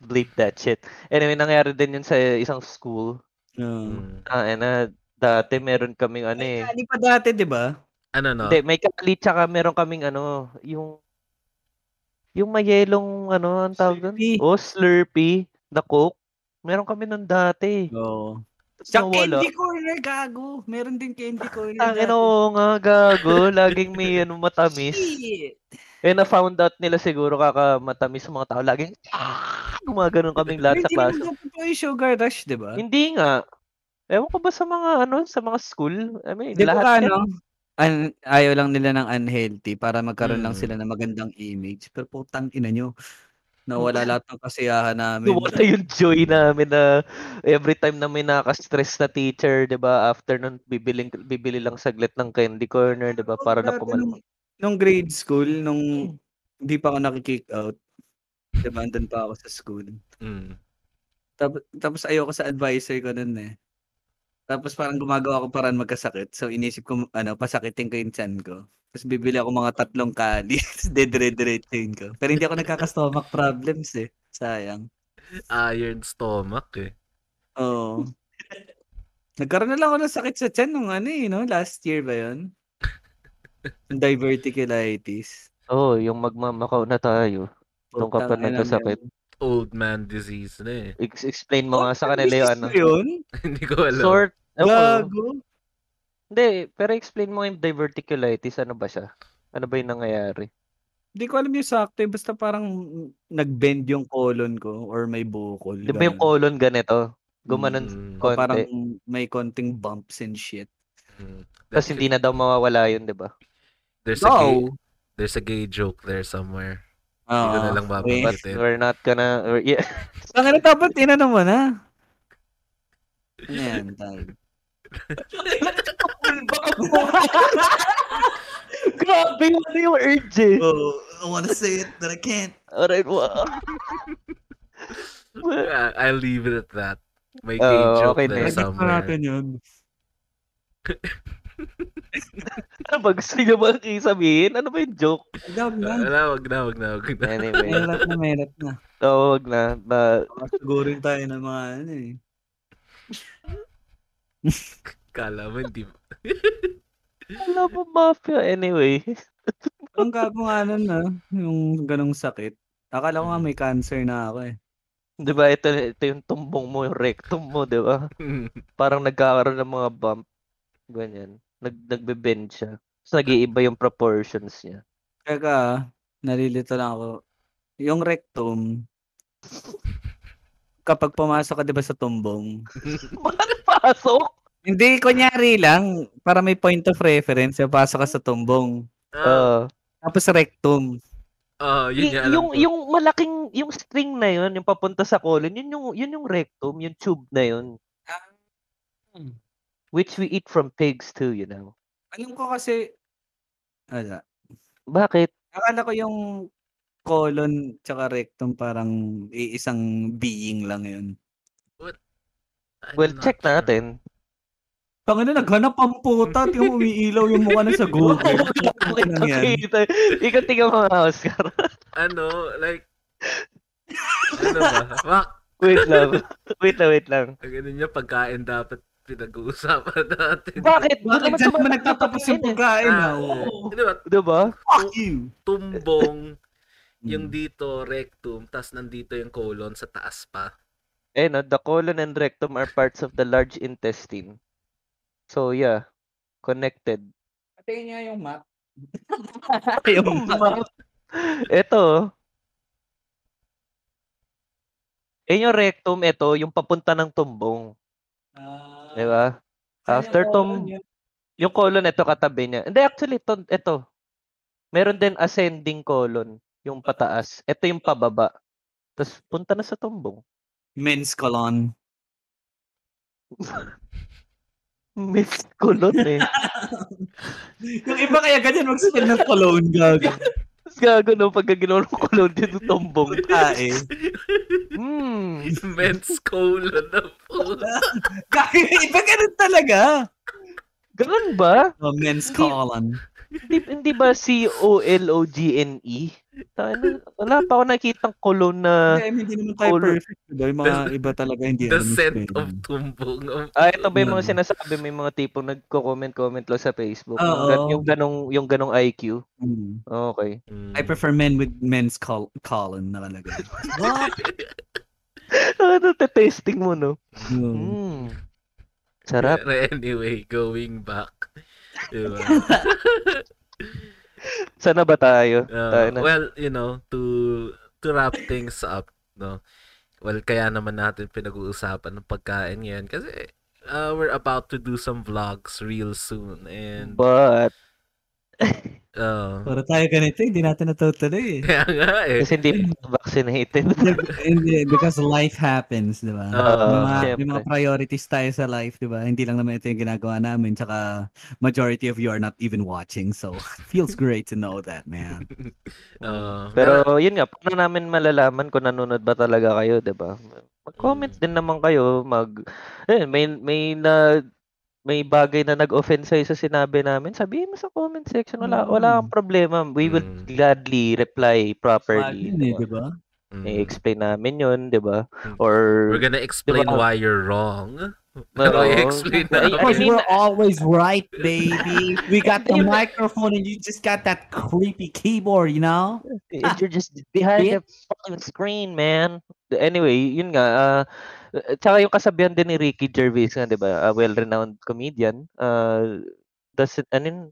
Speaker 3: Bleep that shit. Anyway, nangyari din yun sa isang school.
Speaker 2: No.
Speaker 1: Mm.
Speaker 3: Ah, eh, na dati meron kaming ano eh.
Speaker 2: Kani pa dati, di ba?
Speaker 1: Ano
Speaker 2: Ah.
Speaker 1: no?
Speaker 3: Hindi, may kali tsaka meron kaming ano, yung yung mayelong ano, ang tawag doon?
Speaker 2: Slurpee.
Speaker 3: Oh, Slurpee na Coke. Meron kami nun dati.
Speaker 2: Oo.
Speaker 3: Tapos
Speaker 2: Sa
Speaker 3: nawala.
Speaker 2: candy corner, gago. Meron din candy corner.
Speaker 3: Ang
Speaker 2: dati.
Speaker 3: ina, oo nga, gago. Laging may ano,
Speaker 2: *laughs*
Speaker 3: matamis.
Speaker 2: Shit.
Speaker 3: Eh, na-found out nila siguro kakamatamis sa mga tao. Laging, ah, gumaganon kaming lahat sa
Speaker 2: Hindi naman
Speaker 3: klase.
Speaker 2: ganito yung sugar rush, di ba?
Speaker 3: Hindi nga. Ewan ko ba sa mga ano, sa mga school? I mean,
Speaker 2: Di ba
Speaker 3: lahat
Speaker 2: ka,
Speaker 3: yan.
Speaker 2: ano? An ayaw lang nila ng unhealthy para magkaroon lang
Speaker 1: Mm.
Speaker 2: sila ng magandang image. Pero putang ina nyo. Nawala lahat ng kasiyahan namin.
Speaker 3: Wala Diba? *laughs* yung joy namin na every time na may nakastress na teacher, 'di ba? After nun bibiling bibili lang saglit ng candy corner, 'di ba? Para na
Speaker 2: Dati
Speaker 3: pumal.
Speaker 2: nung- Nung grade school, nung hindi pa ako nakikick out, di ba, andun pa ako sa school.
Speaker 1: Mm.
Speaker 2: Tapos, tapos ayoko sa advisor ko nun eh. Tapos parang gumagawa ko parang magkasakit. So inisip ko, ano, pasakitin ko yung chan ko. Tapos bibili ako mga tatlong kali. *laughs* Tapos dedire-diretsuhin ko. Pero hindi ako nagkaka-stomach problems eh. Sayang.
Speaker 1: Iron stomach eh.
Speaker 2: Oo. Nagkaroon na lang ako ng sakit sa chan nung ano eh, no? Last year ba yun? Yung diverticulitis.
Speaker 3: Oh, yung magmamakaw na tayo. Nung ka pa
Speaker 2: Putang ina,
Speaker 3: nagkasakit.
Speaker 2: meron.
Speaker 1: Old man disease na eh. *laughs*
Speaker 3: Ex- explain mo nga
Speaker 2: Oh,
Speaker 3: sa kanila yung ano.
Speaker 2: disease ba yun?
Speaker 1: Hindi ko alam.
Speaker 3: Sort. Ewan ko.
Speaker 2: Gago.
Speaker 3: Hindi, pero explain mo nga yung diverticulitis, ano ba siya? Ano ba yung nangyayari?
Speaker 2: Hindi ko alam yung sakto. eh. Basta parang nag-bend yung colon ko or may bukol.
Speaker 3: Di ba Diba yung
Speaker 2: ganun.
Speaker 3: colon ganito? Gumanon
Speaker 1: Mm,
Speaker 3: konti.
Speaker 2: Parang may konting bumps and shit.
Speaker 1: mm.
Speaker 3: Tapos hindi na daw mawawala yun, diba? di ba?
Speaker 1: There's a gay,
Speaker 2: No!
Speaker 1: there's a gay joke there somewhere. Hindi
Speaker 2: Ah,
Speaker 1: ko na lang
Speaker 2: okay.
Speaker 1: babagat
Speaker 3: But
Speaker 1: eh.
Speaker 3: we're not gonna... We're, yeah. *laughs*
Speaker 2: Tangin na dapat inano mo na. Ano Yan, tayo.
Speaker 3: Grabe yung ano yung urge eh.
Speaker 2: Oh, I wanna say it, but I can't.
Speaker 3: Alright, wow.
Speaker 1: I- I'll leave it at that. May
Speaker 3: Oh,
Speaker 1: gay joke
Speaker 3: okay,
Speaker 1: there
Speaker 3: next.
Speaker 1: somewhere. *laughs*
Speaker 2: yun.
Speaker 3: *laughs* ano ba gusto niyo bang sabihin? Ano ba yung joke?
Speaker 2: Dog na.
Speaker 1: Ah, Wala, wag na, wag na, wag na. *laughs*
Speaker 3: Anyway,
Speaker 2: Merat na, merat na.
Speaker 3: oh, wag na. Ba,
Speaker 2: Siguro tayo ng mga ano eh.
Speaker 1: Kala mo, *laughs* hindi.
Speaker 3: wala po mafia. Anyway, *laughs*
Speaker 2: Ang gago nga nun ah, yung ganong sakit. Akala ko nga may cancer na ako eh.
Speaker 3: di ba ito, ito yung tumbong mo, yung rectum mo, di ba? Parang nagkakaroon ng mga bump. Ganyan. Nag, nagbe-bend siya. Tapos nag-iiba yung proportions niya. *laughs*
Speaker 2: Teka, ah, nalilito lang ako. Yung rectum, kapag pumasok ka 'di ba sa tumbong,
Speaker 3: Pasok!
Speaker 2: Hindi, kunyari lang. Para may point of reference, papasok ka sa tumbong.
Speaker 1: Ah,
Speaker 3: Oo.
Speaker 2: Tapos sa rectum.
Speaker 1: ah, yun
Speaker 3: Oh. Y-
Speaker 1: yung alam
Speaker 3: yung,
Speaker 1: ko.
Speaker 3: yung malaking, yung string na yun, yung papunta sa colon, yun yung, yun yung rectum, yung tube na yun.
Speaker 1: Ah.
Speaker 3: Which we eat from pigs too, you know.
Speaker 2: Alam ko kasi, wala.
Speaker 3: Bakit?
Speaker 2: Akala ko yung colon tsaka rectum parang iisang being lang yun.
Speaker 1: I'm
Speaker 3: Well,
Speaker 1: not
Speaker 3: check
Speaker 1: sure.
Speaker 3: natin.
Speaker 2: Tangina, naghanap ang puta. Tingnan mo, umiilaw yung mukha na sa Google.
Speaker 3: *laughs* Bakit
Speaker 2: Ano yan?
Speaker 3: nakita? Ikaw tingnan mo nga, Oscar. *laughs*
Speaker 1: Ano, like,
Speaker 2: *laughs*
Speaker 1: ano ba? Wak,
Speaker 3: Wait lang. Wait lang, wait lang.
Speaker 1: ang ganun niya, pagkain dapat pinag-uusapan *laughs* natin.
Speaker 3: Bakit?
Speaker 2: Bakit
Speaker 3: Naman
Speaker 2: dyan
Speaker 3: tumatak-
Speaker 2: naman nagtatapos yung
Speaker 3: tumatak-
Speaker 2: pagkain?
Speaker 1: Ah,
Speaker 2: ha? Oo.
Speaker 1: Di ba?
Speaker 3: eh? Diba?
Speaker 2: Fuck you!
Speaker 1: Tumbong,
Speaker 2: Hmm.
Speaker 1: yung dito, rectum, tas nandito yung colon sa taas pa.
Speaker 3: Eh, no, the colon and rectum are parts of the large intestine. So, yeah. Connected. *gasps*
Speaker 2: Patayin niya yung
Speaker 1: *laughs*
Speaker 2: map. yung map.
Speaker 3: Ito. Eh, yung rectum, ito, yung papunta ng tumbong.
Speaker 2: Ah.
Speaker 3: Diba? Di
Speaker 1: Diba?
Speaker 3: ba? After
Speaker 2: Ano
Speaker 3: tum... Yung colon, ito katabi niya. Hindi, actually, ito, ito. Meron din ascending colon, yung pataas. Ito yung pababa. Tapos, punta na sa tumbong.
Speaker 2: Men's colon.
Speaker 3: Miss colon eh.
Speaker 2: yung iba kaya ganyan, magsasabi ng colon gago.
Speaker 3: Tapos gago no, pagka ginawa ng colon dito tumbong.
Speaker 2: Kae.
Speaker 3: Hmm.
Speaker 1: Men's colon na po.
Speaker 2: Kae, iba ganun talaga.
Speaker 3: Ganun ba?
Speaker 2: Oh, men's colon.
Speaker 3: Hindi, hindi ba C-O-L-O-G-N-E? Tangina, E? Wala pa ako nakitang colon na...
Speaker 2: Hindi, hindi naman tayo
Speaker 3: colon.
Speaker 2: perfect. Diba? Yung mga iba talaga hindi
Speaker 1: Ah, The
Speaker 2: naman
Speaker 1: scent
Speaker 2: sila.
Speaker 1: of tumbong. Ang
Speaker 3: Ah, ito ba yung mga
Speaker 1: Hmm.
Speaker 2: Ano?
Speaker 3: sinasabi may mga tipong nagko-comment-comment lang sa Facebook?
Speaker 2: Oo.
Speaker 3: Yung gan- Yung ganong, yung ganong IQ?
Speaker 2: Mm.
Speaker 3: Okay. *laughs*
Speaker 2: I prefer men with men's col- colon na talaga. What?
Speaker 3: ano, testing mo, no?
Speaker 2: Mm.
Speaker 3: Hmm. Sarap.
Speaker 1: Pero anyway, going
Speaker 3: *laughs*
Speaker 1: back. Diba?
Speaker 3: Sana ba tayo?
Speaker 1: Uh,
Speaker 3: Tayo na.
Speaker 1: well, you know, to to wrap things up, no. Well, kaya naman natin pinag-uusapan ng pagkain ngayon kasi uh, we're about to do some vlogs real soon and
Speaker 3: But,
Speaker 1: uh, *laughs*
Speaker 2: Para tayo ganito, hindi natin natutuloy. eh.
Speaker 1: kaya nga eh.
Speaker 3: kasi hindi pa vaccinated.
Speaker 2: Hindi, eh, because life happens, di ba?
Speaker 1: Oo,
Speaker 2: may, Ah, mga, may
Speaker 3: Ah, syempre.
Speaker 2: mga priorities tayo sa life, di ba? Hindi lang naman ito yung ginagawa namin. Tsaka majority of you are not even watching. So, *laughs* feels great to know that, man.
Speaker 1: *laughs* Uh,
Speaker 3: Pero yun nga, paano namin malalaman kung nanonood ba talaga kayo, 'di ba? Mag-comment din naman kayo, mag eh, may may na may bagay na nag-offend sa'yo sa sinabi namin, sabihin mo sa comment section.
Speaker 2: Mm.
Speaker 3: Wala wala akong problema. We will
Speaker 1: Mm.
Speaker 3: gladly reply properly.
Speaker 2: Yun eh, di ba?
Speaker 1: mm,
Speaker 3: I-explain namin 'yun, 'di ba?
Speaker 1: Mm.
Speaker 3: Or
Speaker 1: we're gonna explain
Speaker 3: Diba?
Speaker 1: why you're wrong.
Speaker 3: Oo.
Speaker 1: Pero
Speaker 3: ano,
Speaker 1: i-explain
Speaker 3: Ay,
Speaker 1: namin.
Speaker 3: I
Speaker 2: Because
Speaker 3: mean-
Speaker 2: we're always right, baby. We got the
Speaker 3: Yun na-
Speaker 2: microphone and you just got that creepy keyboard, you know?
Speaker 3: *laughs* And you're just behind the fucking screen, man. Anyway, yun nga. ah, uh, tsaka yung kasabihan din ni Ricky Gervais nga, di ba? A well-renowned comedian. Uh, doesn't, I mean,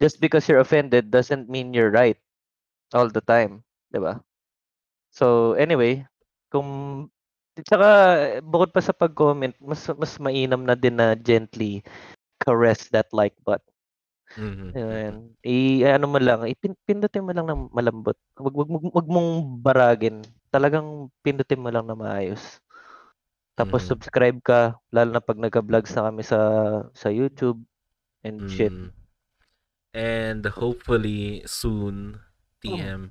Speaker 3: just because you're offended doesn't mean you're right all the time. Di ba? So, anyway, kung tsaka bukod pa sa pag-comment, mas mas mainam na din na gently caress that like button.
Speaker 1: Mhm.
Speaker 3: Ayan. I ano mo lang, ipindutin mo lang ng malambot. Wag wag, wag, wag mong baragin. Talagang pindutin mo lang na maayos. Tapos
Speaker 1: Mm.
Speaker 3: subscribe ka lalo na pag nagka-vlogs na kami sa sa YouTube and shit.
Speaker 1: Mm. And hopefully soon TM
Speaker 3: Oh.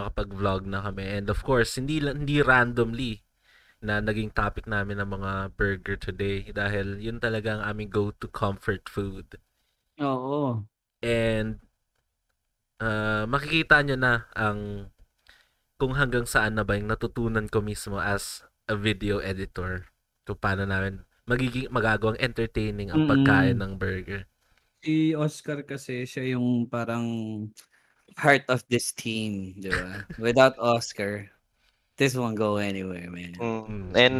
Speaker 1: makapag-vlog na kami. And of course, hindi la- hindi randomly na naging topic namin ng mga burger today dahil yun talaga ang aming go-to comfort food.
Speaker 2: Oo.
Speaker 1: And uh, makikita nyo na ang kung hanggang saan na ba yung natutunan ko mismo as a video editor kung paano namin magiging magagawang entertaining ang
Speaker 2: Mm-mm.
Speaker 1: pagkain ng burger.
Speaker 2: Si Oscar kasi, siya yung parang heart of this team, di ba? Without Oscar, this won't go anywhere, man.
Speaker 3: Mm. And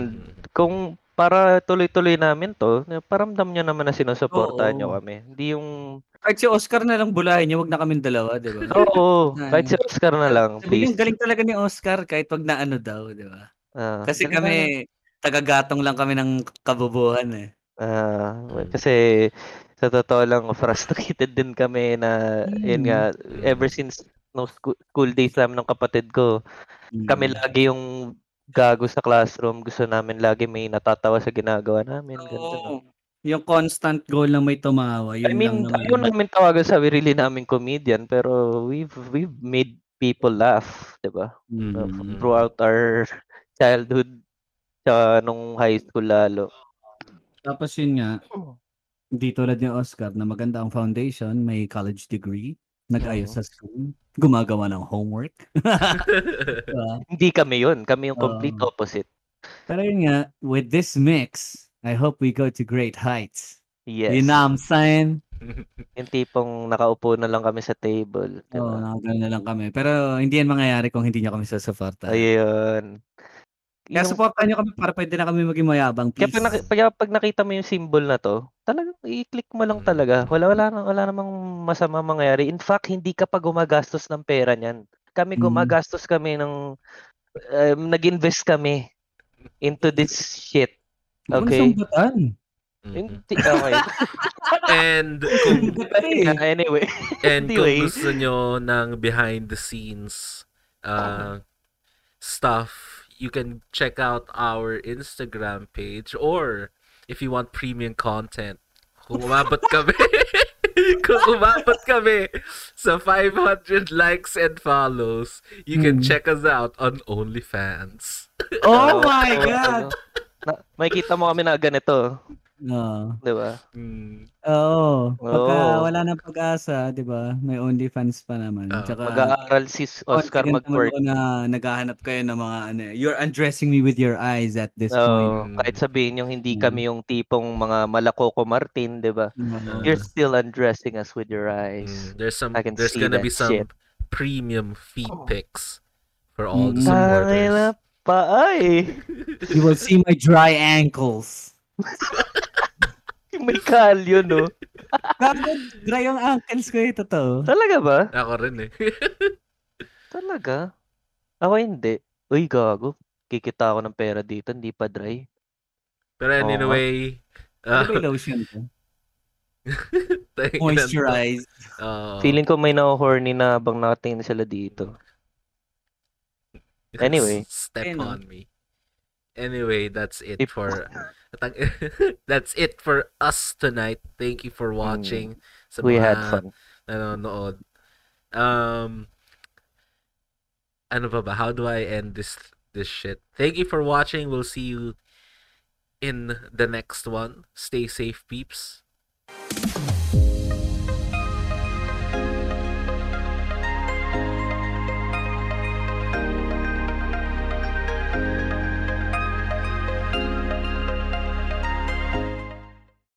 Speaker 3: kung para tuloy-tuloy namin 'to, na paramdam nyo naman na sinusuportahan nyo
Speaker 2: Oo.
Speaker 3: kami. Hindi yung
Speaker 2: Kahit si Oscar na lang bulahin niya, wag na kaming dalawa, di
Speaker 3: *laughs*
Speaker 2: ba?
Speaker 3: Oo,
Speaker 2: Ay.
Speaker 3: kahit si Oscar na lang,
Speaker 2: Sabi niyo,
Speaker 3: please.
Speaker 2: galing talaga ni Oscar kahit wag na ano daw, di ba?
Speaker 3: Ah,
Speaker 2: Kasi
Speaker 3: ganun lang.
Speaker 2: kami, Tagagatong lang kami ng kabubuhan eh.
Speaker 3: Ah, well,
Speaker 1: Mm.
Speaker 3: kasi sa totoo lang *laughs* frustrated din kami na yun nga ever since no school, school days namin ng kapatid ko, Hmm. kami lagi yung gago sa classroom. Gusto namin lagi may natatawa sa ginagawa namin. ganun.
Speaker 2: Oo. Yung constant goal na may tumawa. Yun
Speaker 3: I mean,
Speaker 2: lang
Speaker 3: ayaw
Speaker 2: naman.
Speaker 3: namin tawagan sa really namin comedian pero we've we've made people laugh, 'di ba? Uh,
Speaker 2: Mm.
Speaker 3: Throughout our *laughs* childhood sa nung high school lalo.
Speaker 2: Tapos yun nga,
Speaker 3: Oh.
Speaker 2: di tulad ni Oscar na maganda ang foundation, may college degree, nag-ayos sa school, gumagawa ng
Speaker 3: *laughs*
Speaker 2: homework. Diba?
Speaker 3: Hindi kami 'yun, kami yung complete
Speaker 2: Oo.
Speaker 3: opposite.
Speaker 2: Pero yun nga, with this mix, I hope we go to great heights.
Speaker 3: Yes.
Speaker 2: You know what I'm saying?
Speaker 3: Yung tipong nakaupo na lang kami sa table. di
Speaker 2: Oo,
Speaker 3: ba?
Speaker 2: nakagano lang kami. Pero hindi yan mangyayari kung hindi nyo kami sasuporta.
Speaker 3: Ayun.
Speaker 2: Kaya
Speaker 3: Yung-
Speaker 2: supportan nyo kami para pwede na kami maging mayabang,
Speaker 3: kaya
Speaker 2: please.
Speaker 3: pag, naki- kaya pag nakita mo yung symbol na to, talagang i-click mo lang
Speaker 1: Mm.
Speaker 3: talaga. Wala wala nang- wala namang masama mangyayari. In fact, hindi ka pa gumagastos ng pera niyan. Kami
Speaker 2: Mm.
Speaker 3: gumagastos kami ng um, nag-invest kami into this shit.
Speaker 2: Huwag mo
Speaker 3: okay. *laughs*
Speaker 2: nasambatan.
Speaker 1: Mhm.
Speaker 3: Yung ti-
Speaker 2: *laughs*
Speaker 3: okay.
Speaker 1: And kung
Speaker 2: Sambatan eh.
Speaker 3: Yeah, anyway.
Speaker 1: And
Speaker 3: Anyway.
Speaker 1: kung gusto nyo ng behind the scenes uh, stuff, you can check out our Instagram page or if you want premium content, kung
Speaker 3: *laughs*
Speaker 1: umabot kami, *laughs* kung umabot kami sa 500 likes and follows, you can
Speaker 2: Hmm.
Speaker 1: check us out on OnlyFans.
Speaker 2: *laughs* Oh my
Speaker 3: Oo,
Speaker 2: God!
Speaker 3: ano. Na, makikita mo kami na ganito,
Speaker 2: Oo.
Speaker 3: 'di ba?
Speaker 1: Mm.
Speaker 2: Oo. Pagka
Speaker 3: Oo.
Speaker 2: wala nang pag-asa, di ba? May OnlyFans pa naman.
Speaker 1: Oo.
Speaker 2: Tsaka,
Speaker 3: Mag-aaral si Ah, Oscar
Speaker 2: confident naman
Speaker 3: mag-work.
Speaker 2: ako na naghahanap kayo ng mga ano. eh, You're undressing me with your eyes at this point.
Speaker 3: Oo, kahit sabihin yung hindi
Speaker 1: Hmm.
Speaker 2: Mm.
Speaker 3: kami yung tipong mga malakoko Martin, 'di
Speaker 1: Uh-huh.
Speaker 3: ba?
Speaker 2: Oo.
Speaker 3: You're still undressing us with your eyes.
Speaker 1: Mm. There's some
Speaker 3: I can
Speaker 1: there's
Speaker 3: see
Speaker 1: gonna
Speaker 3: that
Speaker 1: be some
Speaker 3: shit.
Speaker 1: premium feed
Speaker 3: Oh.
Speaker 1: pics for all the
Speaker 2: Mm.
Speaker 1: supporters.
Speaker 3: Tangina pa ay. *laughs*
Speaker 2: You will see my dry ankles.
Speaker 3: May kalyo no.
Speaker 2: Gago, dry yung ankles ko eh, totoo.
Speaker 3: Talaga ba?
Speaker 1: *laughs* Ako rin eh. *laughs*
Speaker 3: Talaga? Ako hindi. Uy, gago. Kikita ako ng pera dito, hindi pa dry.
Speaker 1: Pero
Speaker 3: Oo nga.
Speaker 1: anyway,
Speaker 2: Ano
Speaker 1: uh, *laughs*
Speaker 2: ba yung lotion
Speaker 3: *laughs*
Speaker 2: ko?
Speaker 1: tayo na-
Speaker 2: Moisturize.
Speaker 1: Oo. *laughs*
Speaker 3: Feeling ko may na-horny na habang nakatingin sila dito. anyway.
Speaker 1: step
Speaker 2: Ayun.
Speaker 1: on me. Anyway, that's it
Speaker 3: If-
Speaker 1: for *laughs* that's it for us tonight. Thank you for watching. Sa
Speaker 3: Hmm. We had
Speaker 1: mga
Speaker 3: fun.
Speaker 1: Nanonood. Um ano pa ba? How do I end this this shit? Thank you for watching. We'll see you in the next one. Stay safe, peeps.